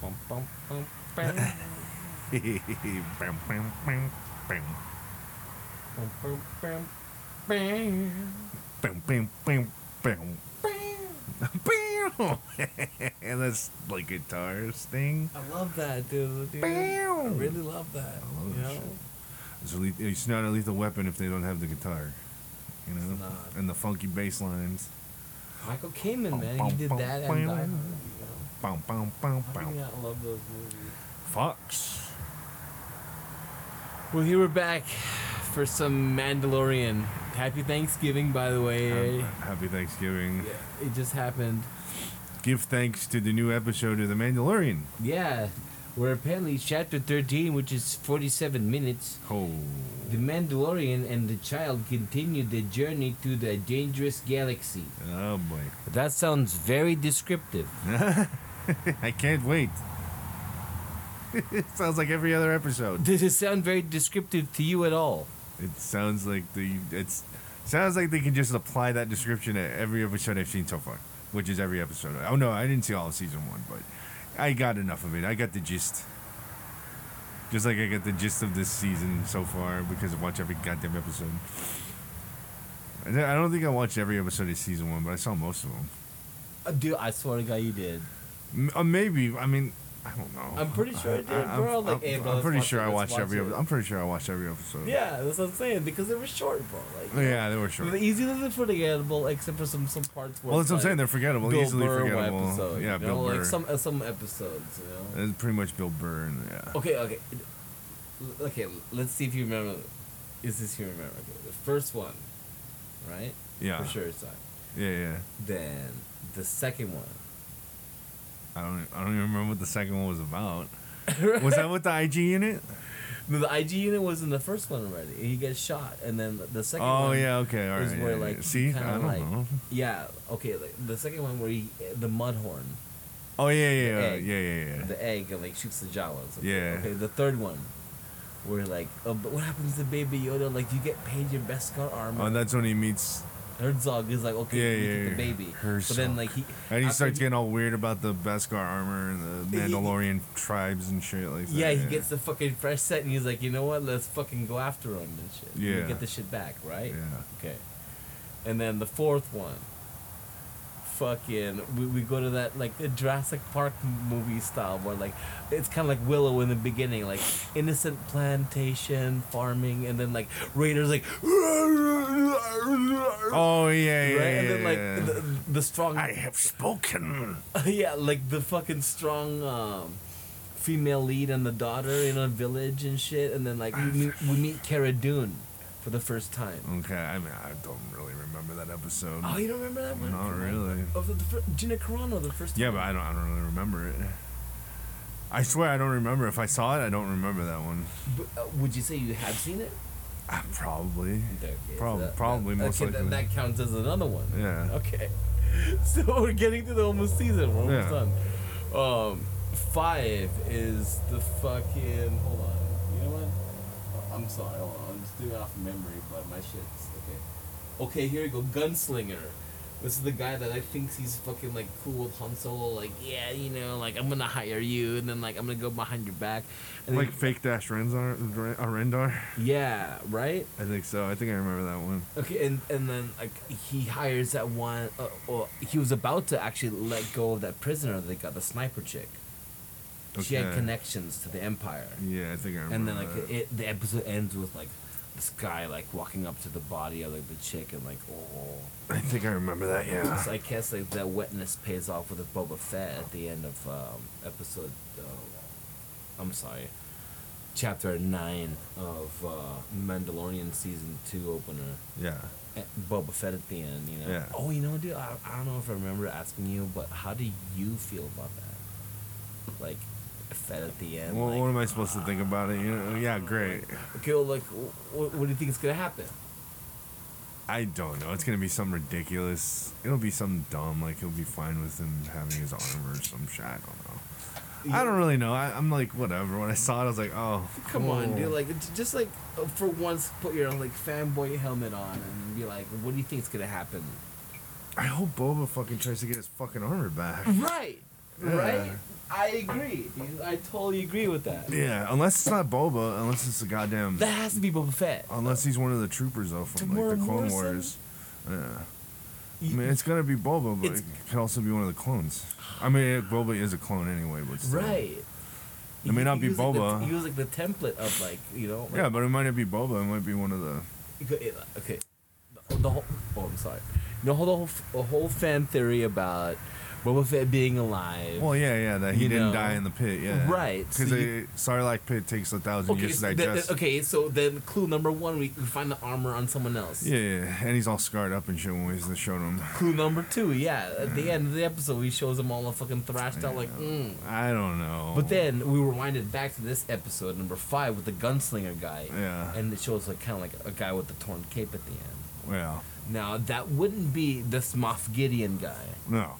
Bum, bum, bum, bam. bam, bam, bam, bam. Bum, bum, bam, bam. Bam, bam, bam, bam. Bam. Bam! That's like guitar's thing. I love that, dude. dude. I Bam. really love that. I love you that Oh, know? shit. It's, a le- it's not a lethal weapon if they don't have the guitar. You know? It's not. And the funky bass lines. Michael Kamen, Bum, man, bum, he did bum, that bum. and Die Hard. You know? Bam, bam, bam, How can you bam. not love those movies? Fox. Well, here we're back for some Mandalorian. Happy Thanksgiving, by the way. Um, happy Thanksgiving. Yeah, it just happened. Give thanks to the new episode of The Mandalorian. Yeah, where apparently chapter 13, which is 47 minutes, Oh. the Mandalorian and the child continue their journey to the dangerous galaxy. Oh boy. That sounds very descriptive. I can't wait. it sounds like every other episode. Does it sound very descriptive to you at all? It sounds like the it's sounds like they can just apply that description to every episode I've seen so far, which is every episode. Oh no, I didn't see all of season 1, but I got enough of it. I got the gist. Just like I got the gist of this season so far because I watch every goddamn episode. And I don't think I watched every episode of season 1, but I saw most of them. Uh, dude, I swear to God, you did. M- uh, maybe. I mean, I don't know. I'm pretty sure it did. I- We're all like, I'm, "Hey, bro, I'm let's pretty watch sure it, I let's watched watch every. it." episode. I'm pretty sure I watched every episode. Yeah, that's what I'm saying because they were short, bro. Like, Yeah, they were short. They're easily forgettable, except for some some parts. Where well, it's that's what I'm like saying. They're forgettable, Bill easily Burr forgettable. episode. yeah, you Bill know, Burr. Like some uh, some episodes, you know. It's pretty much Bill Burr. And, yeah. Okay, okay. L- Okay, let's see if you remember. Is this you remember? Okay, the first one, right? Yeah. For sure it's not. Yeah, yeah. Then the second one. I don't. I don't even remember what the second one was about. Was that with the IG in it? No, the IG unit was in the first one already. He gets shot, and then the- the second Oh one yeah. Okay. All right. is where yeah, like yeah. he See, I kinda, don't like- know. Yeah, okay. Like, the second one where he the mud horn, Oh yeah, yeah, yeah, egg. yeah, yeah, yeah. the egg, and like shoots the Jawas. Okay, Yeah. Okay. The third one, where like, oh, but what happens to Baby Yoda? Like, you get paid your Beskar armor. Oh, that's when he meets, Herzog is like, okay, Yeah, we yeah, get yeah. the baby. But Herzog. then like he and he after starts getting all weird about the Beskar armor and the He- he- Mandalorian tribes and shit like that. Yeah, he gets the fucking fresh set, and he's like, you know what? Let's fucking go after him and shit. And you Yeah. get the shit back, right? Yeah. Okay. And then the fourth one. Fucking, we, we go to that like the Jurassic Park movie style where like it's kind of like Willow in the beginning, like innocent plantation farming, and then like Raiders like. Oh, Oh yeah, yeah, right, and yeah, then like yeah. the, the strong. have spoken. yeah, like the fucking strong um, female lead and the daughter in a village and shit, and then like we meet, we meet Cara Dune for the first time. Okay, I mean, I don't really remember that episode. Oh, you don't remember that one? Not really. Of the, the fir- Gina Carano, the first. Yeah, time. but I don't. I don't really remember it. I swear, I don't remember. If I saw it, I don't remember that one. But, uh, would you say you have seen it? Ah, Probably. Okay, so Prob- probably, most okay, likely. That, that counts as another one. Yeah. Okay. So we're getting to the almost season. We're almost Yeah. done. Um, five is the fucking. Hold on. You know what? I'm sorry. Hold on. I'm just doing it off of memory, but my shit's okay. Okay, here we go. Gunslinger. This is the guy that I thinks he's fucking like cool with Han Solo. Like, yeah, you know, like I'm gonna hire you, and then like I'm gonna go behind your back. And Like then- fake Dash Renzar, Dren- uh, Rendar. yeah, right. I think so. I think I remember that one. Okay, and and then like he hires that one, uh, or he was about to actually let go of that prisoner that they got, the sniper chick. She had Okay. connections to the Empire, Yeah, I think I remember. and then like that. it, the episode ends with like this guy like walking up to the body of like the chick and like oh, I think I remember that. Yeah. so I guess like that wetness pays off with a Boba Fett at the end of um, episode. Uh, I'm sorry, chapter nine of uh, Mandalorian season two opener Yeah. at Boba Fett at the end, you know. Yeah. Oh, you know, dude, I, I don't know if I remember asking you, but how do you feel about that? Like, Fett at the end. Well, like, what am I supposed to think about it? You know? Yeah, great. okay, well, like, what, what do you think is gonna happen? I don't know. It's gonna be some ridiculous. It'll be some dumb. Like he'll be fine with him having his armor or some shit. I don't know. I don't really know. I, I'm like whatever. When I saw it, I was like, oh, Come on, cool. dude. Like, it's just like uh, for once, put your like fanboy helmet on and be like, what do you think is gonna happen? I hope Boba fucking tries to get his fucking armor back. Right. Right? Yeah. I agree. dude. I totally agree with that. Yeah, unless it's not Boba, unless it's a goddamn. That has to be Boba Fett. Unless he's one of the troopers though from like Tamora the Clone Morrison? Wars. Yeah. I You- mean, it's gonna be Boba, but It's- it could also be one of the clones. I mean, Boba is a clone anyway, but still. right. It may not be was like the- Boba. he was like the template of like you know. Like, Yeah, but it might not be Boba. It might be one of the. You could- it- okay, the, the whole. Oh, I'm sorry. You know, the whole the whole fan theory about Boba Fett being alive. Well, yeah, yeah, that he You didn't know. die in the pit. Yeah. Right, Because so the you- Sarlacc pit takes a thousand okay, years to so then, digest. okay, so then clue number one, we, we find the armor on someone else. Yeah, yeah, and he's all scarred up and shit when we showed him. Clue number two, yeah. At the end of the episode, he shows them all fucking thrashed out, like, mm. I don't know. But then we rewinded back to this episode, number five, with the gunslinger guy. Yeah. And it shows, like, kind of like a guy with the torn cape at the end. Well, Now, that wouldn't be this Moff Gideon guy, no.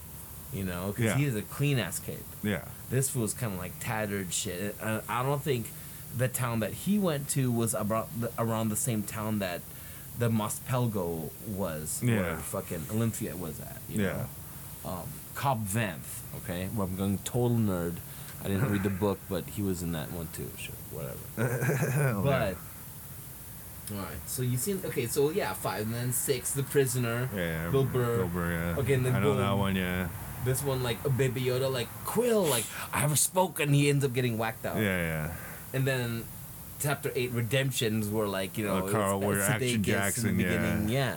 you know, because Yeah. he has a clean ass cape. Yeah. This fool's kind of like tattered shit. And I I don't think the town that he went to was about the, around the same town that the Mospelgo was, Yeah. where fucking Olympia was at. You Yeah. Know? Um, Cobb Vanth, okay? Where I'm going total nerd. I didn't read the book, but he was in that one too. Sure, whatever. Hell yeah. But. Alright, so you seen. Okay, so yeah, five, and then six, The Prisoner. Yeah, Bill Burr. Bill Burr, yeah. Okay, and then I know Bill- that one, yeah. This one, like, a Baby Yoda, like, Quill, like, I have spoken. He ends up getting whacked out. Yeah, yeah. and then chapter eight redemptions were like you know Uh, it's- Carl, it's where Sudeikis Action Jackson, yeah. yeah.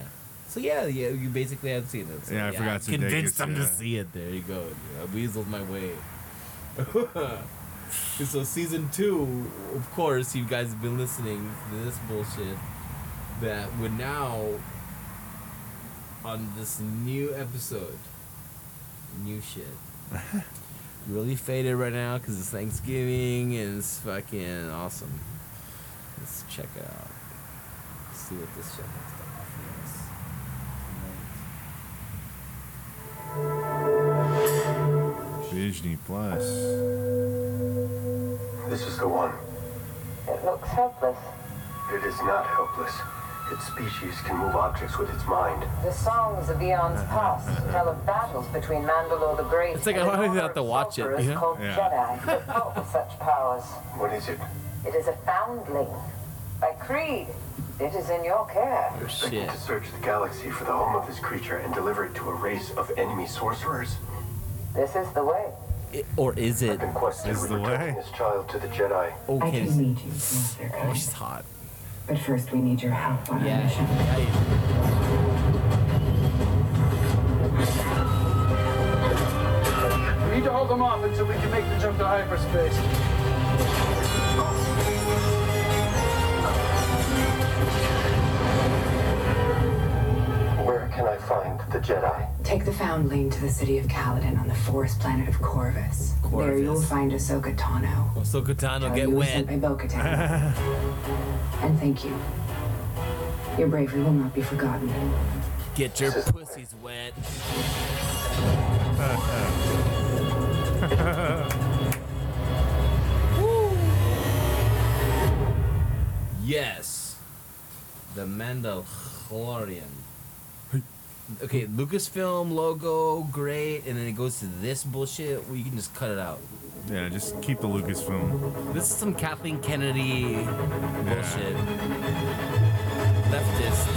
So yeah, yeah, you basically have seen it. So, Yeah, I forgot Sudeikis, Convinced them yeah. to see it. There you go. dude. I weaseled my way. so season two, of course, you guys have been listening to this bullshit that we're now on this new episode. New shit. really faded right now because it's Thanksgiving and it's fucking awesome. Let's check it out. Let's see what this shit has to offer us. Disney Plus. This is the one. It looks helpless. It is not helpless. Its species can move objects with its mind. The songs of eons past tell of battles between Mandalore the Great Uh-huh. It's like and I don't an even have order to of watch it, sorcerers you know? called Yeah. Jedi that hold such powers. What is it? It is a foundling. By creed, it is in your care. Oh Seeking shit. to search the galaxy for the home of this creature and deliver it to a race of enemy sorcerers. This is the way. It- or is it? I've been quested Is with the returning way. this child to the Jedi. I Okay. can lead you, Master Oh, Kai. she's hot. But first, we need your help on our Yeah. mission. yeah. We need to hold them off until we can make the jump to hyperspace. Where can I find the Jedi? Take the Foundling to the city of Kaladin on the forest planet of Corvus. There Corvus. you'll find Ahsoka Tano. Well, so Katana Tell get you we sent wet. by Bo-Katan. and thank you. Your bravery will not be forgotten. Get your pussies wet. Woo. yes. The Mandalorian. Okay, Lucasfilm logo, great, and then it goes to this bullshit. Well, you can just cut it out. Yeah, just keep the Lucasfilm. This is some Kathleen Kennedy bullshit. Leftist.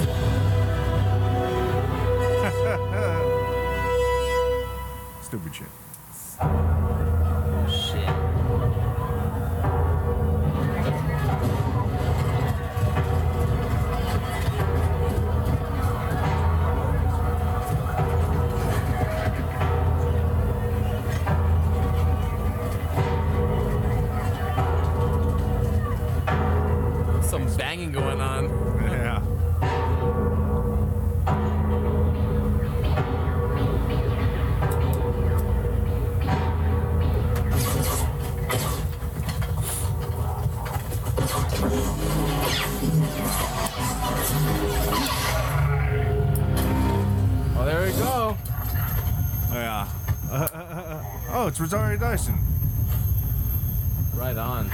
Stupid shit. Shit. Some banging going on. Yeah. Oh, there we go. Yeah. oh, it's Rosario Dyson. Right on.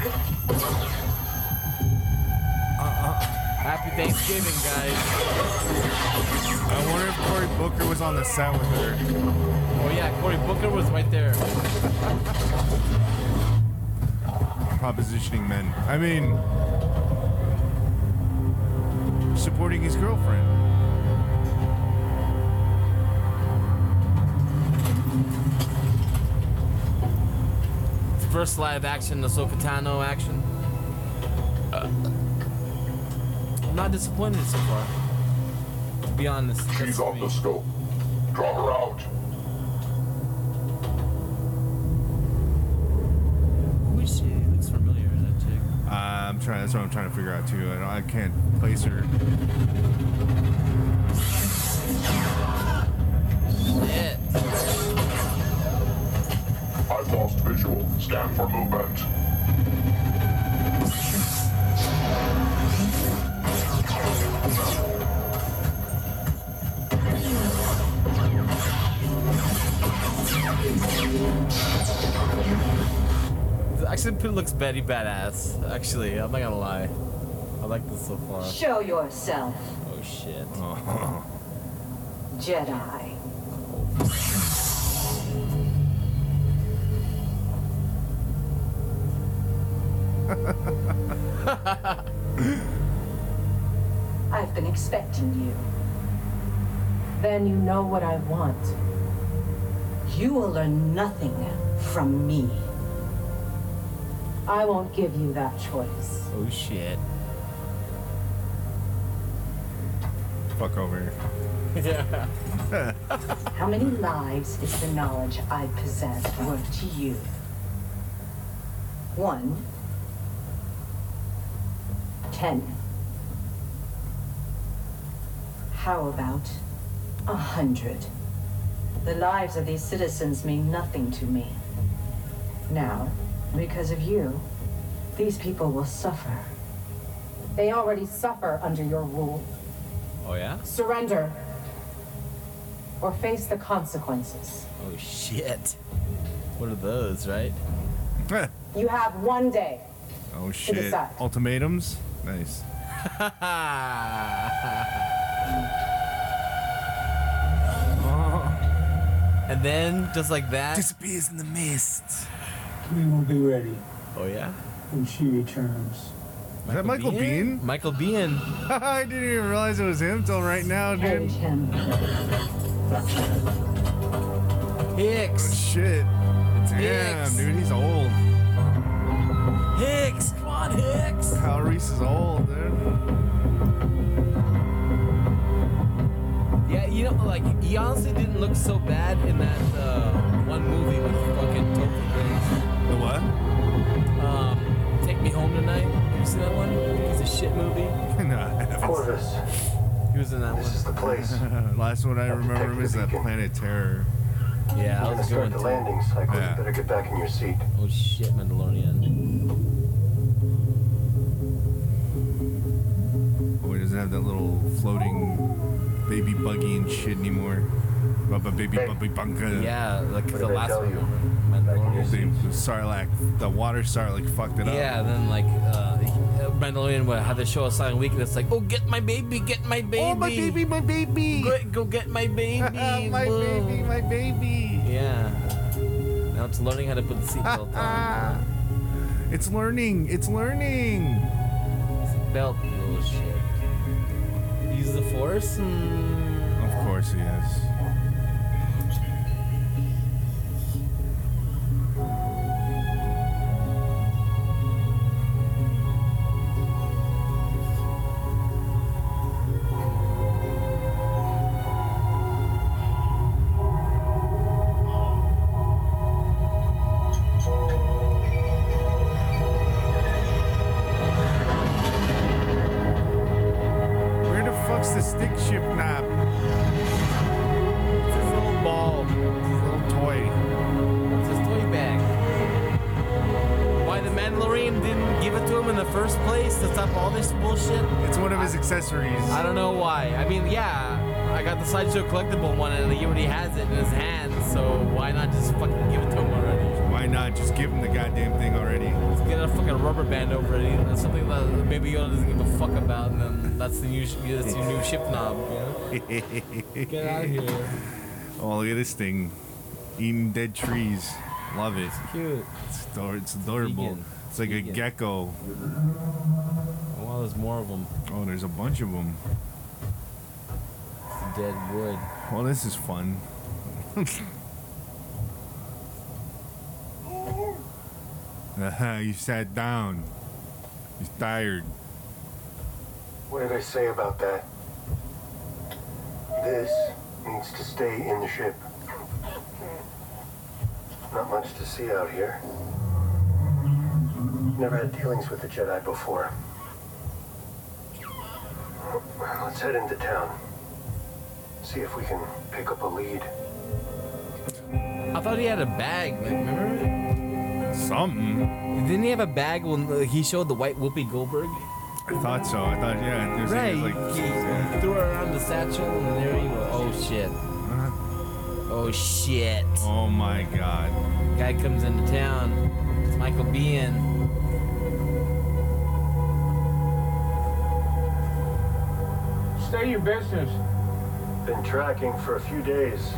Uh-uh. Happy Thanksgiving, guys. I wonder if Cory Booker was on the set with her. Oh yeah, Cory Booker was right there. propositioning men. I mean, supporting his girlfriend. First live action, Ahsoka Tano action. I'm not disappointed so far. To be honest, She's that's off me. the scope. Draw her out. Who is she? Looks familiar, that chick. Uh, I'm trying. That's what I'm trying to figure out too. I, don't, I can't place her. Shit. I've lost visual. Scan for movement. Actually, it looks pretty badass. Actually, I'm not gonna lie. I like this so far. Show yourself, Oh shit. Oh, Jedi. I've been expecting you. Then you know what I want. You will learn nothing from me. I won't give you that choice. Oh shit. fuck over here. Yeah. How many lives is the knowledge I possess worth to you? One. Ten. How about a hundred? The lives of these citizens mean nothing to me. Now, because of you, these people will suffer. They already suffer under your rule. Oh yeah? Surrender. Or face the consequences. Oh shit. What are those, right? Heh. You have one day. oh shit. side. Ultimatums. Nice. Oh. and then just like that. Disappears in the mist. We will be ready oh yeah. when she returns. Is that Michael Bean? Michael Bean. I didn't even realize it was him till right now, End dude. him. Hicks. Shit. Hicks. Damn, dude, he's old. Hicks. Come on, Hicks. Kyle Reese is old, dude. Yeah, you know, like he honestly didn't look so bad in that uh, one movie with fucking Topher Grace. The what? Um, Take Me Home Tonight. Have you seen that one? It's a shit movie. no, I haven't. Corvus, He was in that this is one. the place. Uh, Last one I remember him is that Planet Terror. Yeah, We're that gonna was a good start one the too. landing cycle. Yeah. You better get back in your seat. Oh shit, Mandalorian. Oh, he doesn't have that little floating baby buggy and shit anymore. Bubba baby Hey. bubby bunker. Yeah, like What the did I last tell one. you? Mandalorian. The the Sarlacc, the water Sarlacc fucked it up. Yeah, then like uh, Mandalorian would have to show a silent weakness, like, "Oh, get my baby, get my baby, Oh, my baby, my baby. go, go get my baby, my whoa." baby, my baby. Yeah. Now it's learning how to put the seatbelt on. It's learning. It's learning. Belt, little shit. Use the force. Mm. Of course he is. Where the fuck's the stick shift knob? It's his little ball. Little toy. It's his toy bag. Why the Mandalorian didn't give it to him in the first place to stop all this bullshit? It's one of his accessories. I don't know why. I mean, yeah, I got the sideshow collectible one, and he already has it in his hand. So why not just fucking give it to him already? Why not just give him the goddamn thing already? Just get a fucking rubber band over it, and something that Baby Yoda doesn't give a fuck about, and then that's the new, sh- that's your new ship knob. You know? get out of here. Oh, look at this thing. Eating dead trees. Love it. Cute. It's, ador- it's adorable. Vegan. It's like a Yeah. gecko. Oh, wow, there's more of them. Oh, there's a bunch of them. It's the dead wood. Well, this is fun. uh you sat down. He's tired. What did I say about that? This needs to stay in the ship. Not much to see out here. Never had dealings with the Jedi before. Let's head into town. See if we can pick up a lead. I thought he had a bag. Like, remember? Something. Didn't he have a bag when uh, he showed the white Whoopi Goldberg? I thought so. I thought, yeah. There's Right. there's Like, like, he, he threw it around the satchel, and there he was. Oh shit. Uh, Oh shit. oh my god. Guy comes into town. It's Michael Bean. Stay your business. Been tracking for a few days,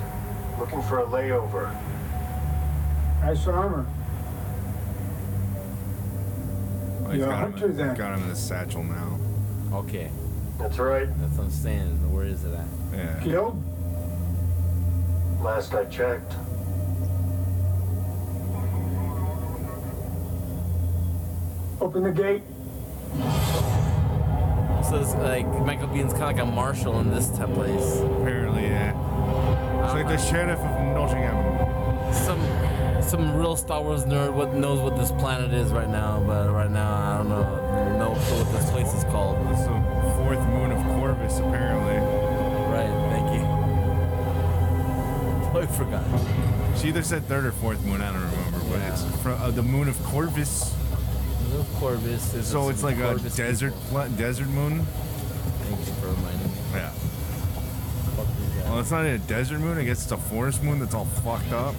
looking for a layover. Nice armor. Oh, he's You're a got, hunter him in, then. got him in the satchel now. Okay, That's right. that's what I'm saying. Where is it at? Yeah. Killed? Last I checked. Open the gate. So it's like Michael Bean's kind of like a marshal in this type place. Apparently, yeah. It's like the sheriff of Nottingham. Some some real Star Wars nerd what knows what this planet is right now, but right now I don't know no clue what this place is called. It's the fourth moon of Corvus, apparently. Right, thank you. Totally forgot. She either said third or fourth moon. I don't remember, but it's from uh, the moon of Corvus. No Corvus is So it's like a Corvus desert people. pla- desert moon. Thank you for reminding me. Yeah. Fuck you guys. Well, it's not a desert moon. I guess it's a forest moon that's all fucked up.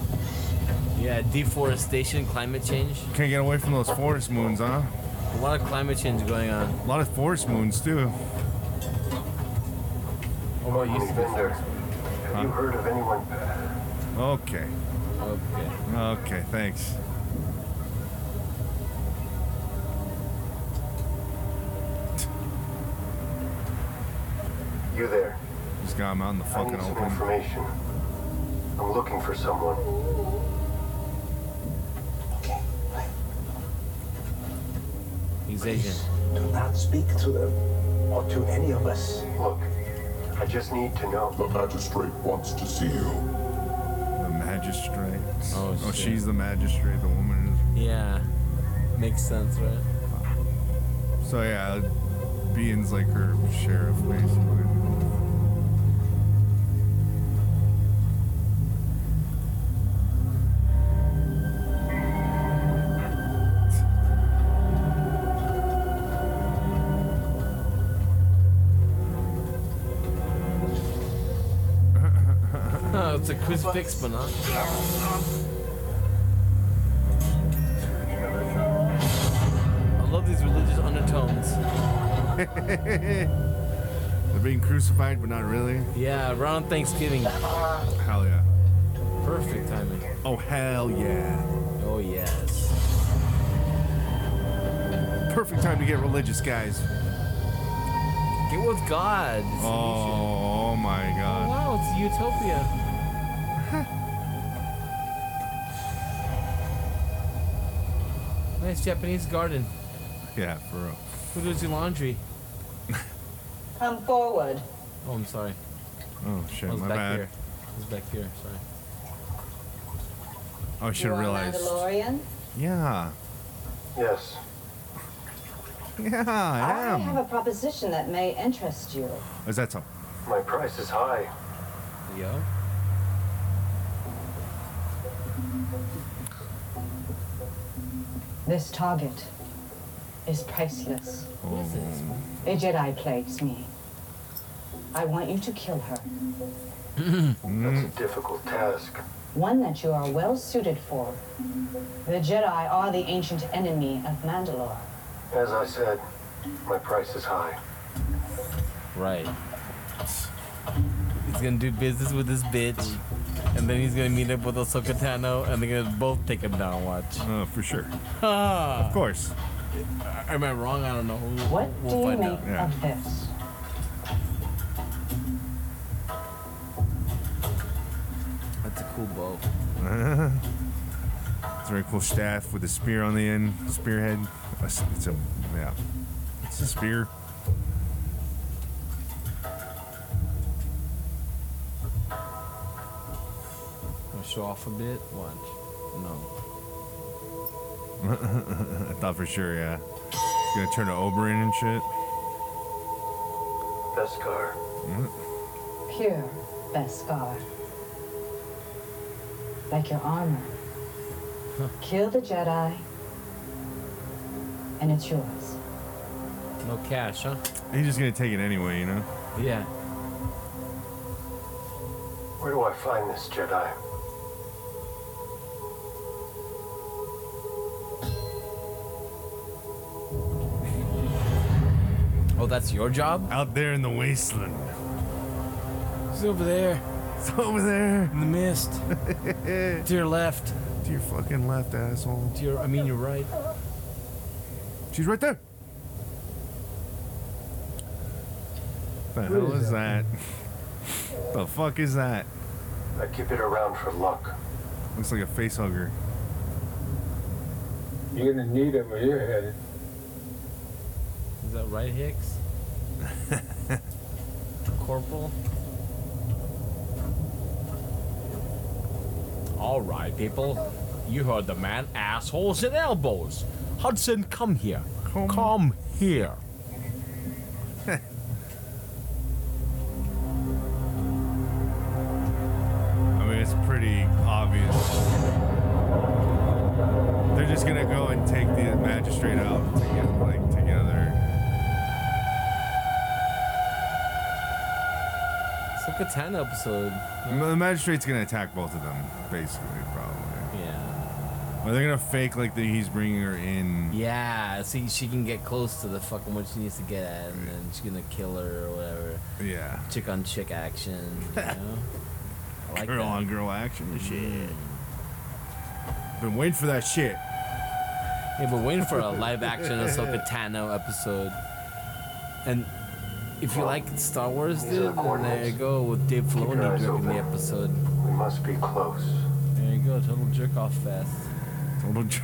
Yeah, deforestation, climate change. Can't get away from those forest moons, huh? A lot of climate change going on. A lot of forest moons too. Oh, well, you said- Bender, have you heard of anyone? Okay. Okay. Okay. Thanks. You there? Just got him out in the I fucking need some open. information. I'm looking for someone. He's Asian. Do not speak to them or to any of us. Look, I just need to know. The magistrate wants to see you. The magistrate. Oh, oh shit. she's the magistrate. The woman is Yeah. Makes sense, right? So yeah, Bean's like her sheriff basically. Oh, it's a quiz fix, but not. I love these religious undertones. They're being crucified, but not really. Yeah, around Thanksgiving. Hell yeah. Perfect timing. Oh hell yeah. Oh, yes. Perfect time to get religious, guys. Get with God. It's Oh, oh my god. Wow, it's utopia. nice Japanese garden. Yeah, for real. Who does your laundry? Come forward. Oh, I'm sorry. Oh shit, I was my back bad. here. I was back here. Sorry. Oh, I should have realized. Mandalorian. Yeah. Yes, Yeah, I I have am. a proposition that may interest you. Is that something? my price is high. Yo. This target is priceless. Oh, A Jedi plagues me. I want you to kill her. Mm. That's a difficult task. One that you are well suited for. The Jedi are the ancient enemy of Mandalore. As I said, my price is high. Right. He's gonna do business with this bitch and then he's gonna meet up with Ahsoka Tano, and they're gonna both take him down. Watch. Oh, for sure. Ah. Of course. Am I wrong? I don't know. We'll- What we'll do you find make out. Yeah. of this? That's a cool bow. It's a very cool staff with a spear on the end, spearhead. A s- It's a yeah, it's a spear. Wanna show off a bit? Watch. No. I thought for sure, yeah. It's gonna turn to Oberyn and shit. Beskar. Pure Beskar. Like your armor. Kill the Jedi, and it's yours. No cash, huh? He's just gonna take it anyway, you know. Yeah. Where do I find this Jedi? Oh, that's your job? Out there in the wasteland, It's over there it's over there in the mist. to your left. to your fucking left, asshole. To your, I mean, your right. She's right there. The hell is that? the fuck is that? I keep it around for luck. Looks like a face hugger. You're gonna need it where you're headed. Is that right, Hicks? Corporal? All right, people. You heard the man. Assholes and elbows. Hudson, come here. Come. come here. I mean, it's pretty obvious. They're just gonna go and take the magistrate out to get like together. It's like a 10 episode. The magistrate's gonna attack both of them, basically, probably. Yeah. Or they're gonna fake like that he's bringing her in. Yeah, see, she can get close to the fucking what she needs to get at, and then she's gonna kill her or whatever. Yeah. Chick on chick action, you know? I like girl that. on girl action and shit. Been waiting for that shit. Yeah, but waiting for a live action Ahsoka Tano episode. And if you like Star Wars, These are the dude, then there you coordinates. go with Dave your Filoni eyes directing the open. episode. We must be close. There you go, total jerk off fest. Total jerk.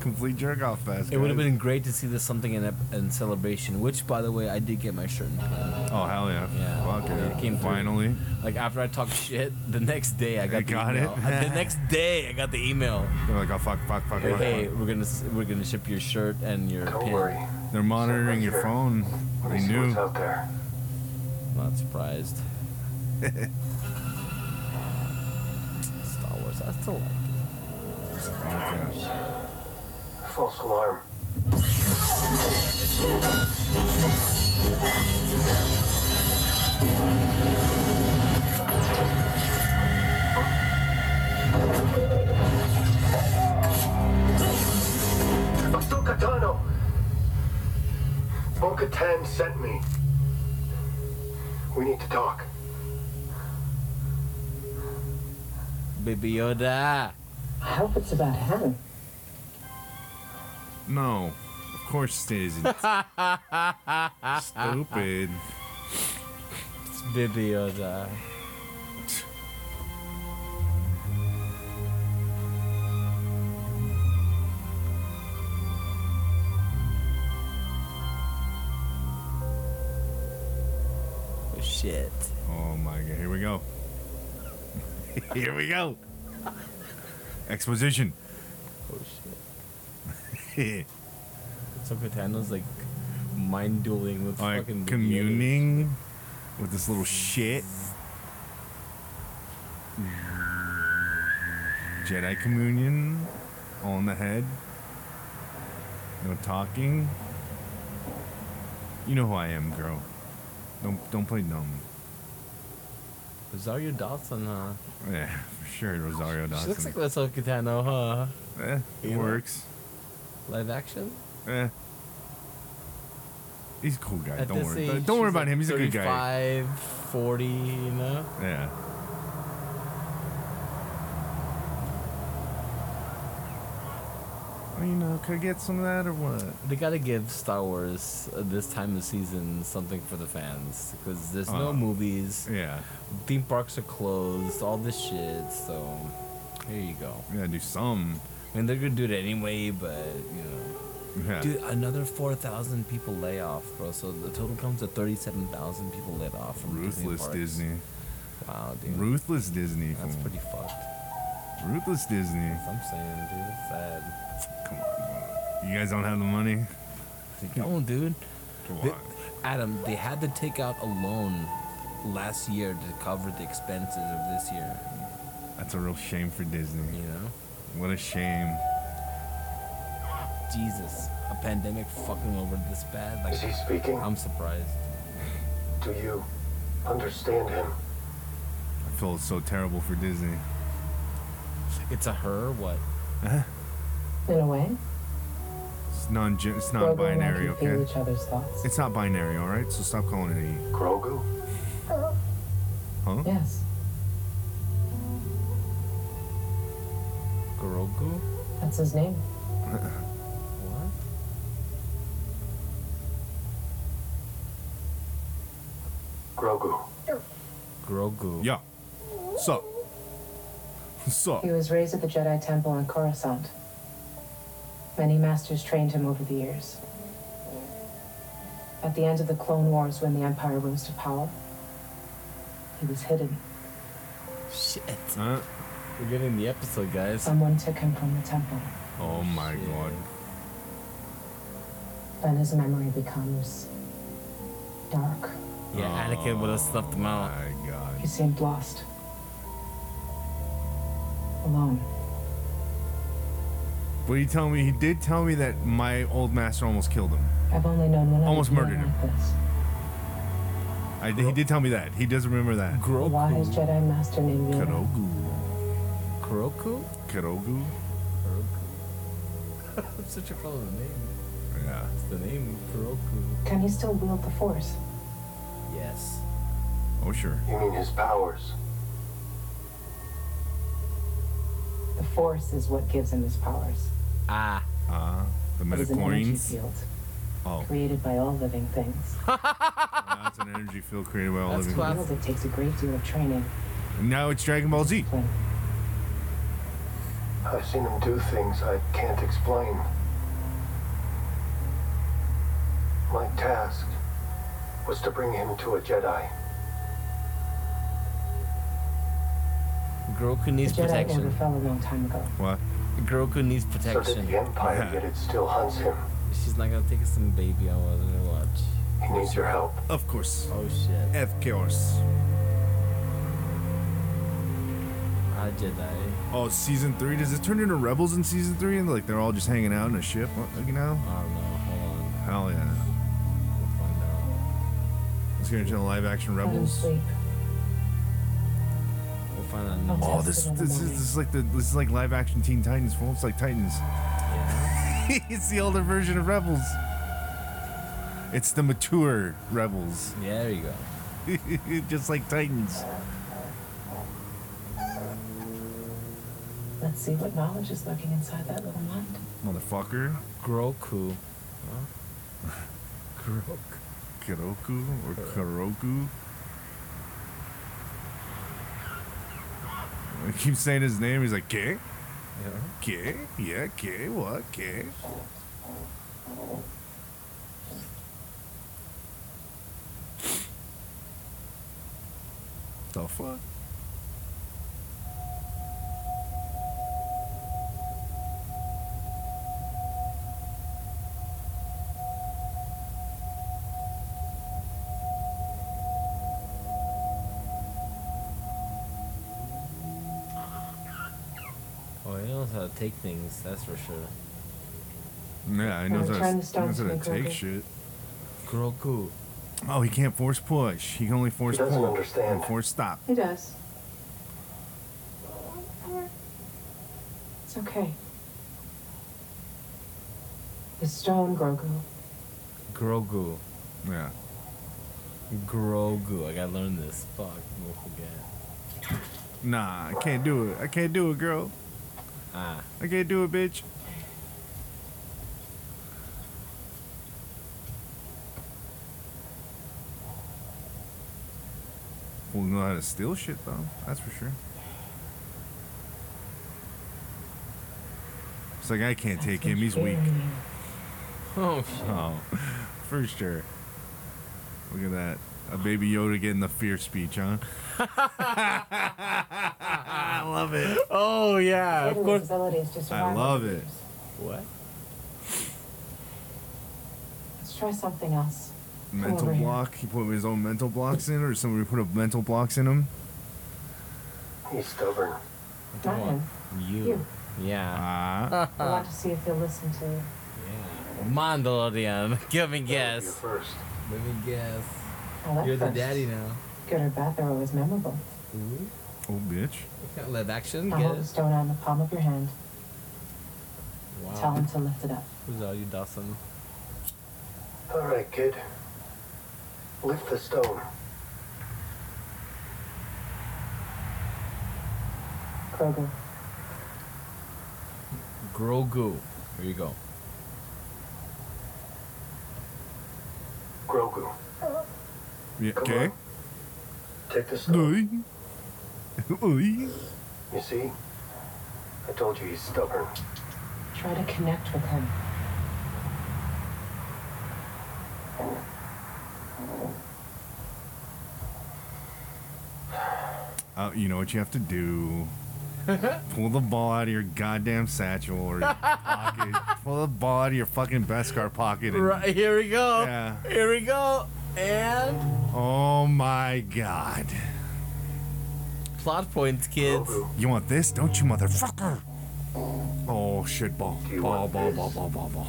Complete jerk off fast. It would have guys. been great to see this something in, ep- in celebration, which, by the way, I did get my shirt and tie. Oh hell yeah. Yeah, Fuck it yeah. came through. Finally. Like after I talked shit, the next day I got You the got email. it? the next day I got the email. They're like, oh fuck, fuck, fuck, Hey, fuck, hey, fuck. we're gonna s- we're gonna ship your shirt and your Don't pin. worry. They're monitoring your phone. Let They me see knew. what's out there. Not surprised. Star Wars, I still like it. Fuck yeah. False alarm. Ahsoka Tano! Bo-Katan sent me. We need to talk. Baby Yoda. I hope it's about heaven. No, of course it isn't. Stupid. It's Baby Yoda. Oh, Shit. Oh my god, here we go. here we go. Exposition. Oh shit. All So Katana's like mind dueling with right, fucking Baby Yoda. communing with this little shit. Jedi communion, all in the head. No talking. You know who I am, girl. Don't don't play dumb. Rosario Dawson, huh? Yeah, Eh, for sure, Rosario Dawson. She looks like Ahsoka Tano, huh? Eh, You it know? works. Live action? Eh. He's a cool guy. At don't this worry. age, don't worry she's, about like, him. He's a good guy. 35, 40, you know? Yeah. you know, could I get some of that or what? They gotta give Star Wars uh, this time of season something for the fans because there's Uh, no movies, Yeah, theme parks are closed, all this shit. So here you go. we gotta do some. I mean, they're gonna do it anyway, but you know, Yeah. dude, another four thousand people layoff, bro. So the total comes to thirty-seven thousand people laid off from Ruthless Disney. parks. Disney. Wow, dude. Ruthless Disney. That's fool. pretty fucked. Ruthless Disney. That's what I'm saying, dude. It's sad. Come on. You guys don't have the money? Come on, dude. Come They- on. Adam, they had to take out a loan last year to cover the expenses of this year. That's a real shame for You Disney. know, What a shame. Jesus, a pandemic fucking over this bad. Is he Like, speaking? Oh. I'm surprised. Do you understand him? I feel so terrible for Disney. It's a her. What? In a way, It's non it's Grogu not and I binary, can feel okay? each other's thoughts. It's not binary, alright? So stop calling it a Grogu? huh? yes, Grogu? that's his name. What? Grogu. Grogu. E. Yeah. Sup. Sup. He was raised at the Jedi Temple on Coruscant. Many masters trained him over the years. At the end of the Clone Wars, when the Empire rose to power, he was hidden. Shit. Huh? We're getting the episode, guys. Someone took him from the temple. Oh my Shit. god. Then his memory becomes dark. Yeah, Anakin would have snuffed him out. My god. He seemed lost. Alone. But you tell me he did tell me that my old master almost killed him. I've only known one other Almost man murdered him. Like this. I, he did tell me that. He does remember that. A wise Grogu. Jedi master named Yoda. Karogu. Grogu? Karogu? Grogu. I'm such a follow the name. Yeah. It's the name Grogu. Can he still wield the Force? Yes. Oh sure. You mean his powers? The Force is what gives him his powers. Ah. Ah, the It is an energy metachlorines. field Oh, created by all living things. now it's an energy field created by all That's living. class- Field that takes a great deal of training. And Now it's Dragon Ball Z. When I've seen him do things I can't explain. My task was to bring him to a Jedi. Grogu the needs Jedi Order protection. fell a long time ago. What? Grogu needs So did protection. the Empire, yet it still hunts him. She's not gonna take us some baby I wasn't gonna watch. He needs your help. Of course. Oh shit. Of course. Ah Jedi. Oh, season three. Does it turn into rebels in season three? And like they're all just hanging out in a ship, uh, you know? I don't know. Hold on. Hell yeah. We'll find out. Let's get into the live action Let him rebels. sleep. We'll find out. next- Oh, this this is, this is like the this is like live action Teen Titans. Well, it's like Titans. Yeah. it's the older version of Rebels. It's the mature Rebels, yeah. There you go. just like Titans. Let's see what knowledge is lurking inside that little mind. Motherfucker. Grogu. Huh? Grogu. Kiroku or Karoku. I keep saying his name. He's like, K? Yeah. K? Yeah, K? What? K? The fuck? Oh, he knows how to take things. That's for sure. Yeah, he Now knows how return to, the he stone knows to how to the take Grogu. shit. Grogu. Oh, he can't force push. He can only force He doesn't pull. understand. And force stop. He does. It's okay. The stone, Grogu. Grogu. Yeah. Grogu. I gotta learn this. Fuck. We'll forget. Nah, I can't do it. I can't do it, girl. Ah. I can't do it, bitch. will know how to steal shit though. That's for sure. It's like I can't take him. He's weak. Oh, Oh, for sure. Look at that. A baby Yoda getting the fear speech, huh? I love it. oh yeah, of course. Abilities to I survive. love it. What? Let's try something else. Come Mental over here. block. He put his own mental blocks in, or somebody put a mental blocks in him. He's stubborn. Not him. You. Yeah. Ah, I want to see if you'll listen to you. Mandalorian. Give me You guess. first. Let me guess. I left You're the first. daddy now. Good or bad, they're always memorable. Ooh. oh bitch. Got live action. Now Get hold the it? stone out in the palm of your hand. Tell Wow. him to lift it up. Who's all you, Dawson? All right, kid. Lift the stone. Kroger. Grogu. Here you go. Grogu, Yeah, Come okay. take the stone. Oi. Oi. You see? I told you he's stubborn. Try to connect with him. Uh, you know what you have to do. Pull the ball out of your goddamn satchel or your pocket. Pull the ball out of your fucking Beskar pocket. And, Right here we go. Yeah. Here we go. And Oh my god. plot points, kids. Grogu, You want this, don't you, motherfucker? Oh shit, ball, Do you ball, want ball, this? ball, ball, ball, ball.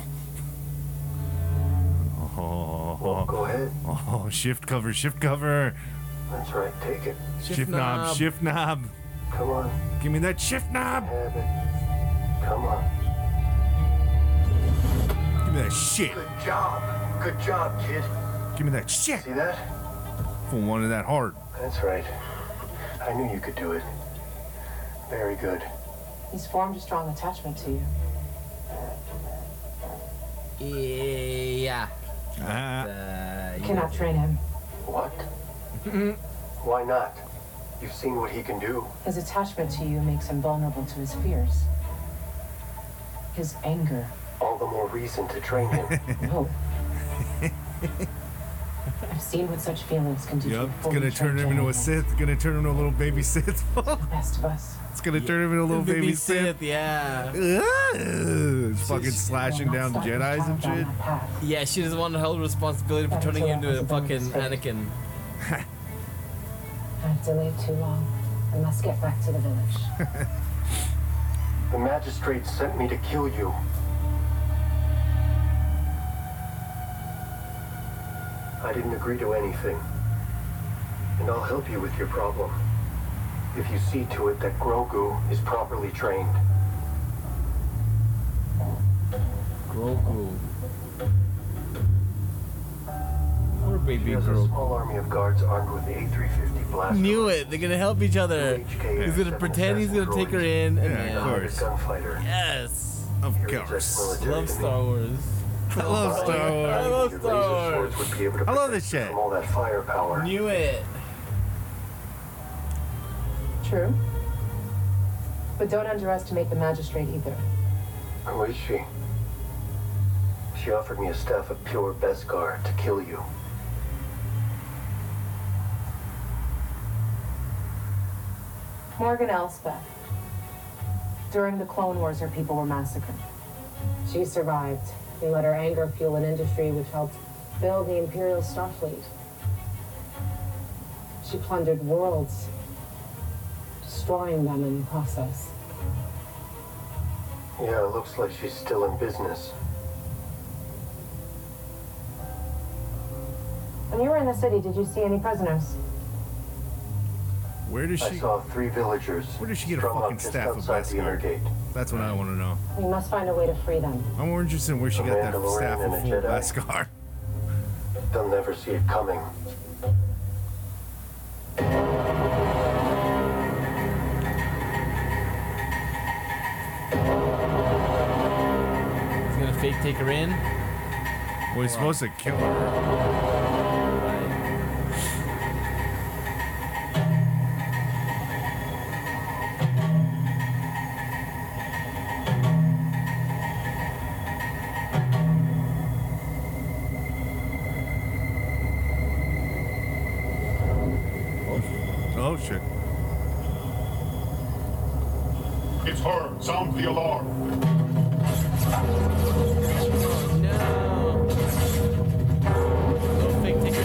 well, Oh, go ahead. oh, shift cover, shift cover, That's right, take it. shift, knob. shift knob. Come on, Give me that shift knob. have it. Come on. Give me that shit. Good job. Good job, kid. Give me that shit. See that? For one of that hard. That's right. I knew you could do it. Very good. He's formed a strong attachment to you. Yeah. Ah, Uh, You cannot train him. What? Why not? You've seen what he can do. His attachment to you makes him vulnerable to his fears. His anger. All the more reason to train him. No. I've seen what such feelings can do to yep. a It's fully gonna turn trained him into a animal. Sith. It's gonna turn him into a little baby Sith. The best of us. it's gonna turn him into a little Baby baby Sith. Sith, yeah. Ugh, it's fucking slashing Will not down the stop your Jedi's child and down shit. that path. Yeah, she doesn't want to hold responsibility for That is turning what you into a happens fucking in the Anakin. I've delayed too long. I must get back to the village. the magistrate sent me to kill you. I didn't agree to anything. And I'll help you with your problem. If you see to it that Grogu is properly trained. Grogu. Poor He baby has a Grogu. small army of guards armed with A350 blasters. Knew it. They're gonna help each other. He's gonna pretend he's gonna take her in, and Yeah, of then course. Gunfighter. yes, Of Here is course. that military love thing. Star Wars. I love Star Wars. I love Your Star laser Wars. swords would be able to I love protect this you shit. From all that firepower. Knew it. True. But don't underestimate the magistrate either. Who is she? She offered me a staff of pure Beskar to kill you. Morgan Elspeth. During the Clone Wars, her people were massacred. She survived. They let her anger fuel an industry which helped build the Imperial Starfleet. She plundered worlds, destroying them in the process. Yeah, it looks like she's still in business. When you were in the city, did you see any prisoners? Where does I she? saw three villagers. Where did she get a strung up fucking just staff of outside the inner Beskar? gate. That's what I want to know. We must find a way to free them. I'm more interested in where she A got that Mandalorian staff of and a full Jedi. Beskar. They'll never see it coming. He's gonna fake take her in. Well, he's supposed to kill her. Right. Oh, sound the alarm. No. Little fake take your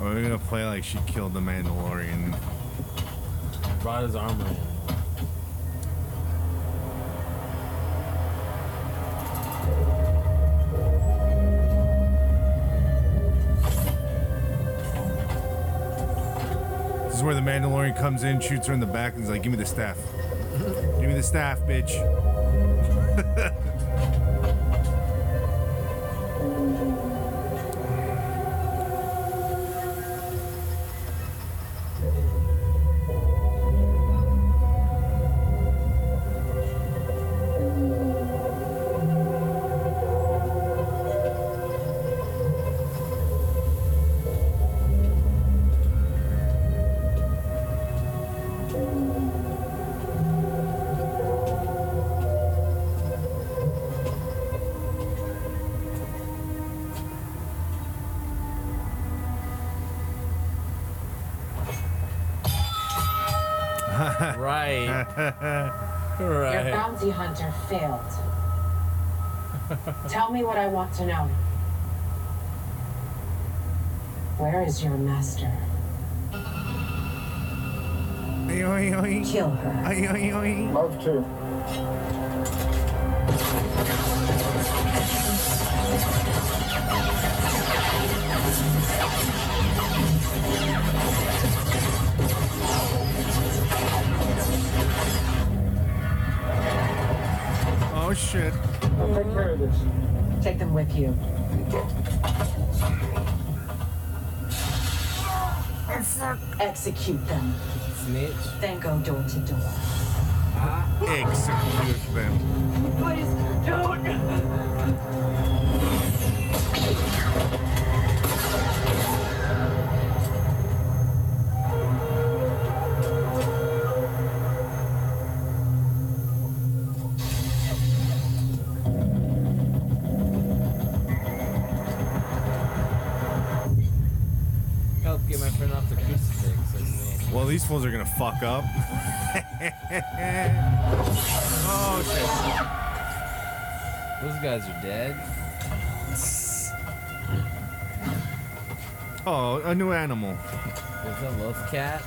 Or we're gonna play like she killed the Mandalorian. Brought his armor in. This is where the Mandalorian comes in, shoots her in the back, and is like, "Give me the staff. Give me the staff, bitch." Right. Your right. bounty hunter failed. Tell me what I want to know. Where is your master? Oi, oi, oi. Kill her. Oi, oi, oi. Love to. Oh shit. Take care of this. Take them with you. Execute them. Snitch. Then go door to door. Execute them. Please don't. Help get my friend off the crucifix. That's me. Well, these fools are gonna fuck up. oh Those guys are dead. shit. Oh, a new animal. There's a wolf cat.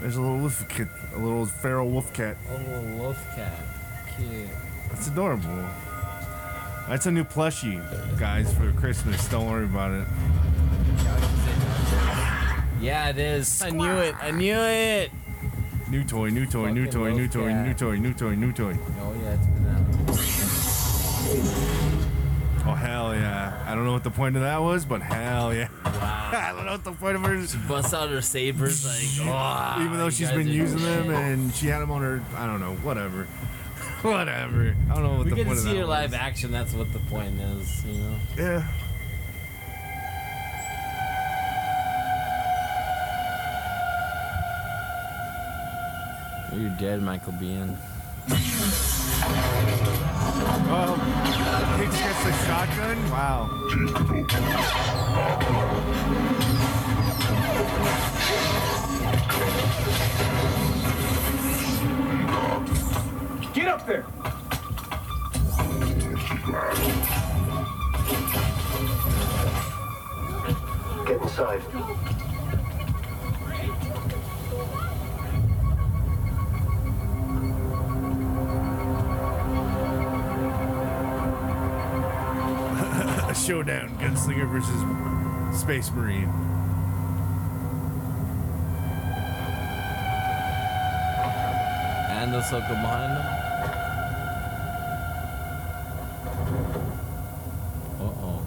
There's a little wolf cat, a little feral wolf cat. oh, little wolf cat. Cute. That's adorable. That's a new plushie, guys, for Christmas. Don't worry about it. Yeah, it is. I knew it. I knew it. New toy, new toy, new Fucking toy, new wolf toy, cat. new toy, new toy, new toy. Oh yeah, it's been out. Oh hell yeah! I don't know what the point of that was, but hell yeah! I don't know what the point of her. is. Busts out her sabers like. "Oh, Even you though she's guys been are using shit." them and she had them on her, I don't know, whatever, whatever. I don't know what We the get point to of see that her was. live action. That's what the point is, you know. Yeah. You're dead, Michael Biehn. Oh, Hicks gets the shotgun. Wow. Get up there. Get inside. A showdown: gunslinger versus space marine. And the circle behind him. Uh oh.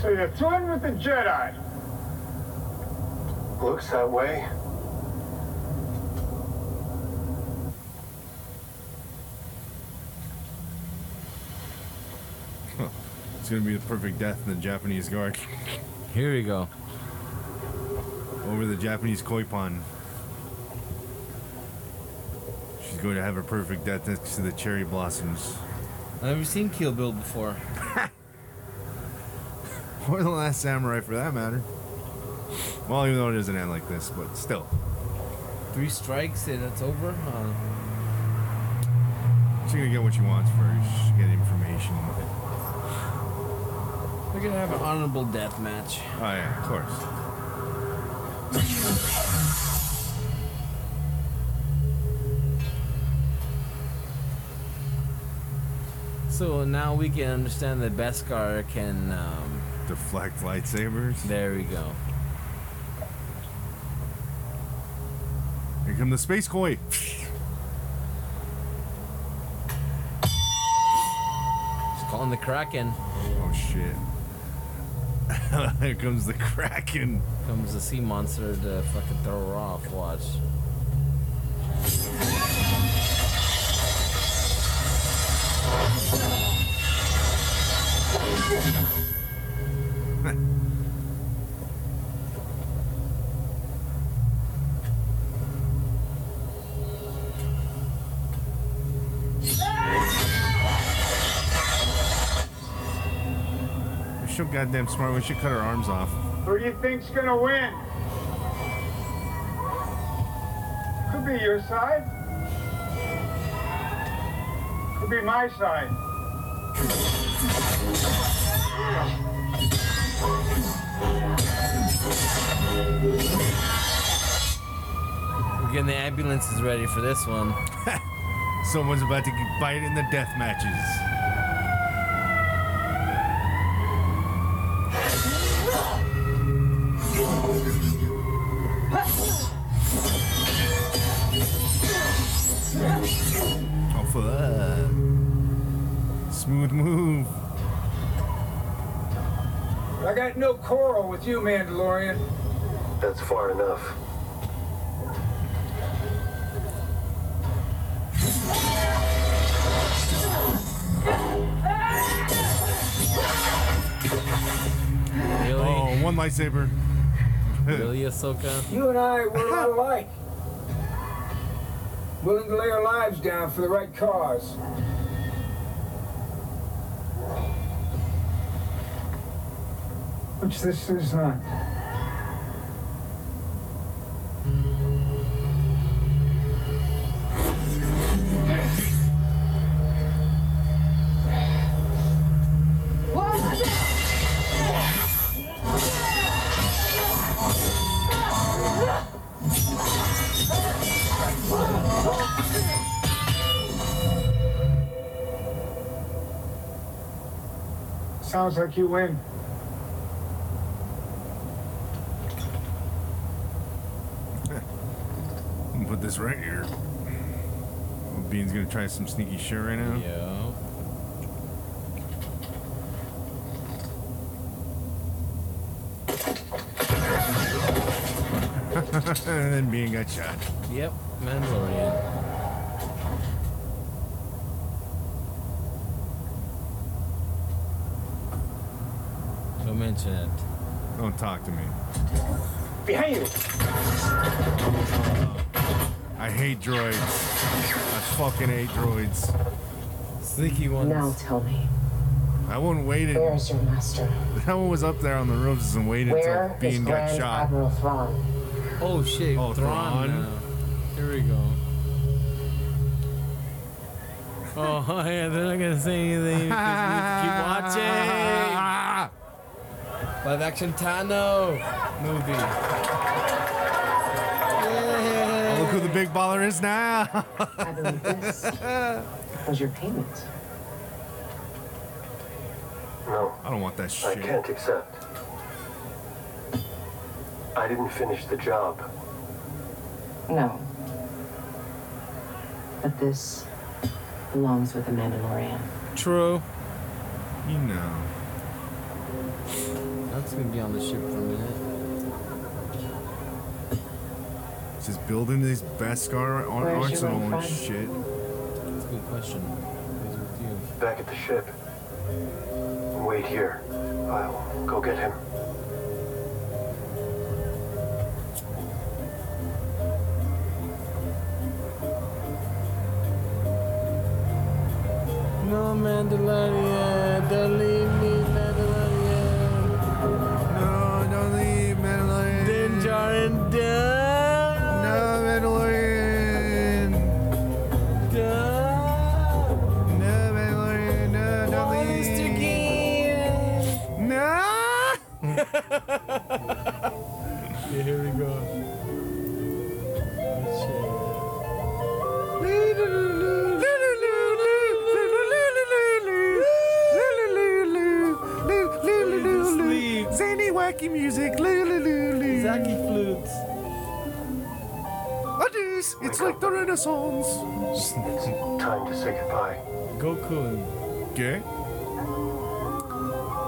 So you join with the Jedi. Looks that way. It's gonna be the perfect death in the Japanese guard. Here we go. Over the Japanese koi pond. She's going to have a perfect death next to the cherry blossoms. I've never seen Kill Bill before. Or the last samurai for that matter. Well, even though it doesn't end like this, but still. Three strikes and it's over. Uh, She's gonna get what she wants first, get information. we're gonna have an honorable death match. Oh, yeah, of course. So now we can understand that Beskar can. Um, Deflect lightsabers. there we go. Here come the space koi. He's calling the Kraken. Oh shit. Here comes the Kraken. Comes the sea monster to fucking throw her off. Watch. We're so goddamn smart. We should cut her arms off. Who do you think's gonna win? Could be your side. Could be my side. We're getting the ambulances ready for this one. Someone's about to get bite in the death matches. Oh fuck! Smooth move. I got no quarrel with you, Mandalorian. That's far enough. Really? Oh, one lightsaber. Really, Ahsoka? You and I were alike. Willing to lay our lives down for the right cause. Which this is not. Sounds like you win. I'm gonna Put this right here. Bean's gonna try some sneaky shit right now. Yeah. and then Bean got shot. Yep, Mandalorian. Don't mention it. Don't talk to me. Behind you! I hate droids. I fucking hate droids. Sneaky Now ones. tell me, That one waited. where is your master? That one was up there on the roofs and waited Where until is Bean got Grand shot. Admiral Thrawn? Oh shit, Oh, Thrawn. Thrawn. now. Here we go. Oh yeah, they're not gonna say anything because we need to keep watching. Ah! Live action Tano movie. Oh, Yeah. look who the big baller is now. I believe this was your payment. No, I don't want that I shit. can't accept. I didn't finish the job. No. But this belongs with the Mandalorian. True. You know. That's gonna be on the ship for a minute. Just building this Beskar ar- Where's your arsenal and friend? shit. That's a good question. Who's with you? Back at the ship. Wait here. I'll go get him. No Mandalorian, don't leave me, Mandalorian. No, don't leave Mandalorian. Din Djarin, duh. No, Mandalorian. Duh. No, Mandalorian. No, don't Oh, leave. Mr. Gear. No. Yeah, here we go. Let's share Sleep. Zany wacky music. that. Zaki Exactly. flutes. Adios. It's like the Renaissance. It's time to say goodbye. Goku and Okay.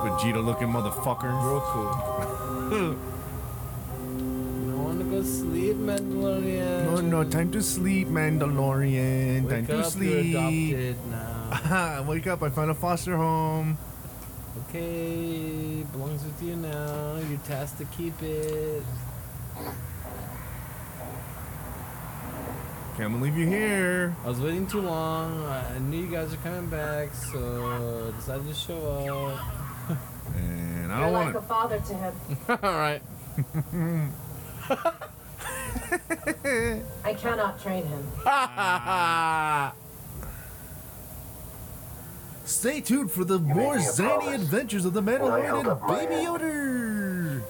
Vegeta looking motherfucker. Roku. I want to go sleep, Mandalorian. No, no, time to sleep, Mandalorian. Wake time to up, sleep. You're adopted now. Aha, wake up, I found a foster home. Okay, belongs with you now. You're tasked to keep it. Can't believe you're here. I was waiting too long. I I knew you guys were coming back, so I decided to show And I You're don't like want a father to him. up. All right. I cannot train him. to. Stay tuned for the more me a zany promise. adventures of the I Mandalorian held and up my Baby hand. Yoda.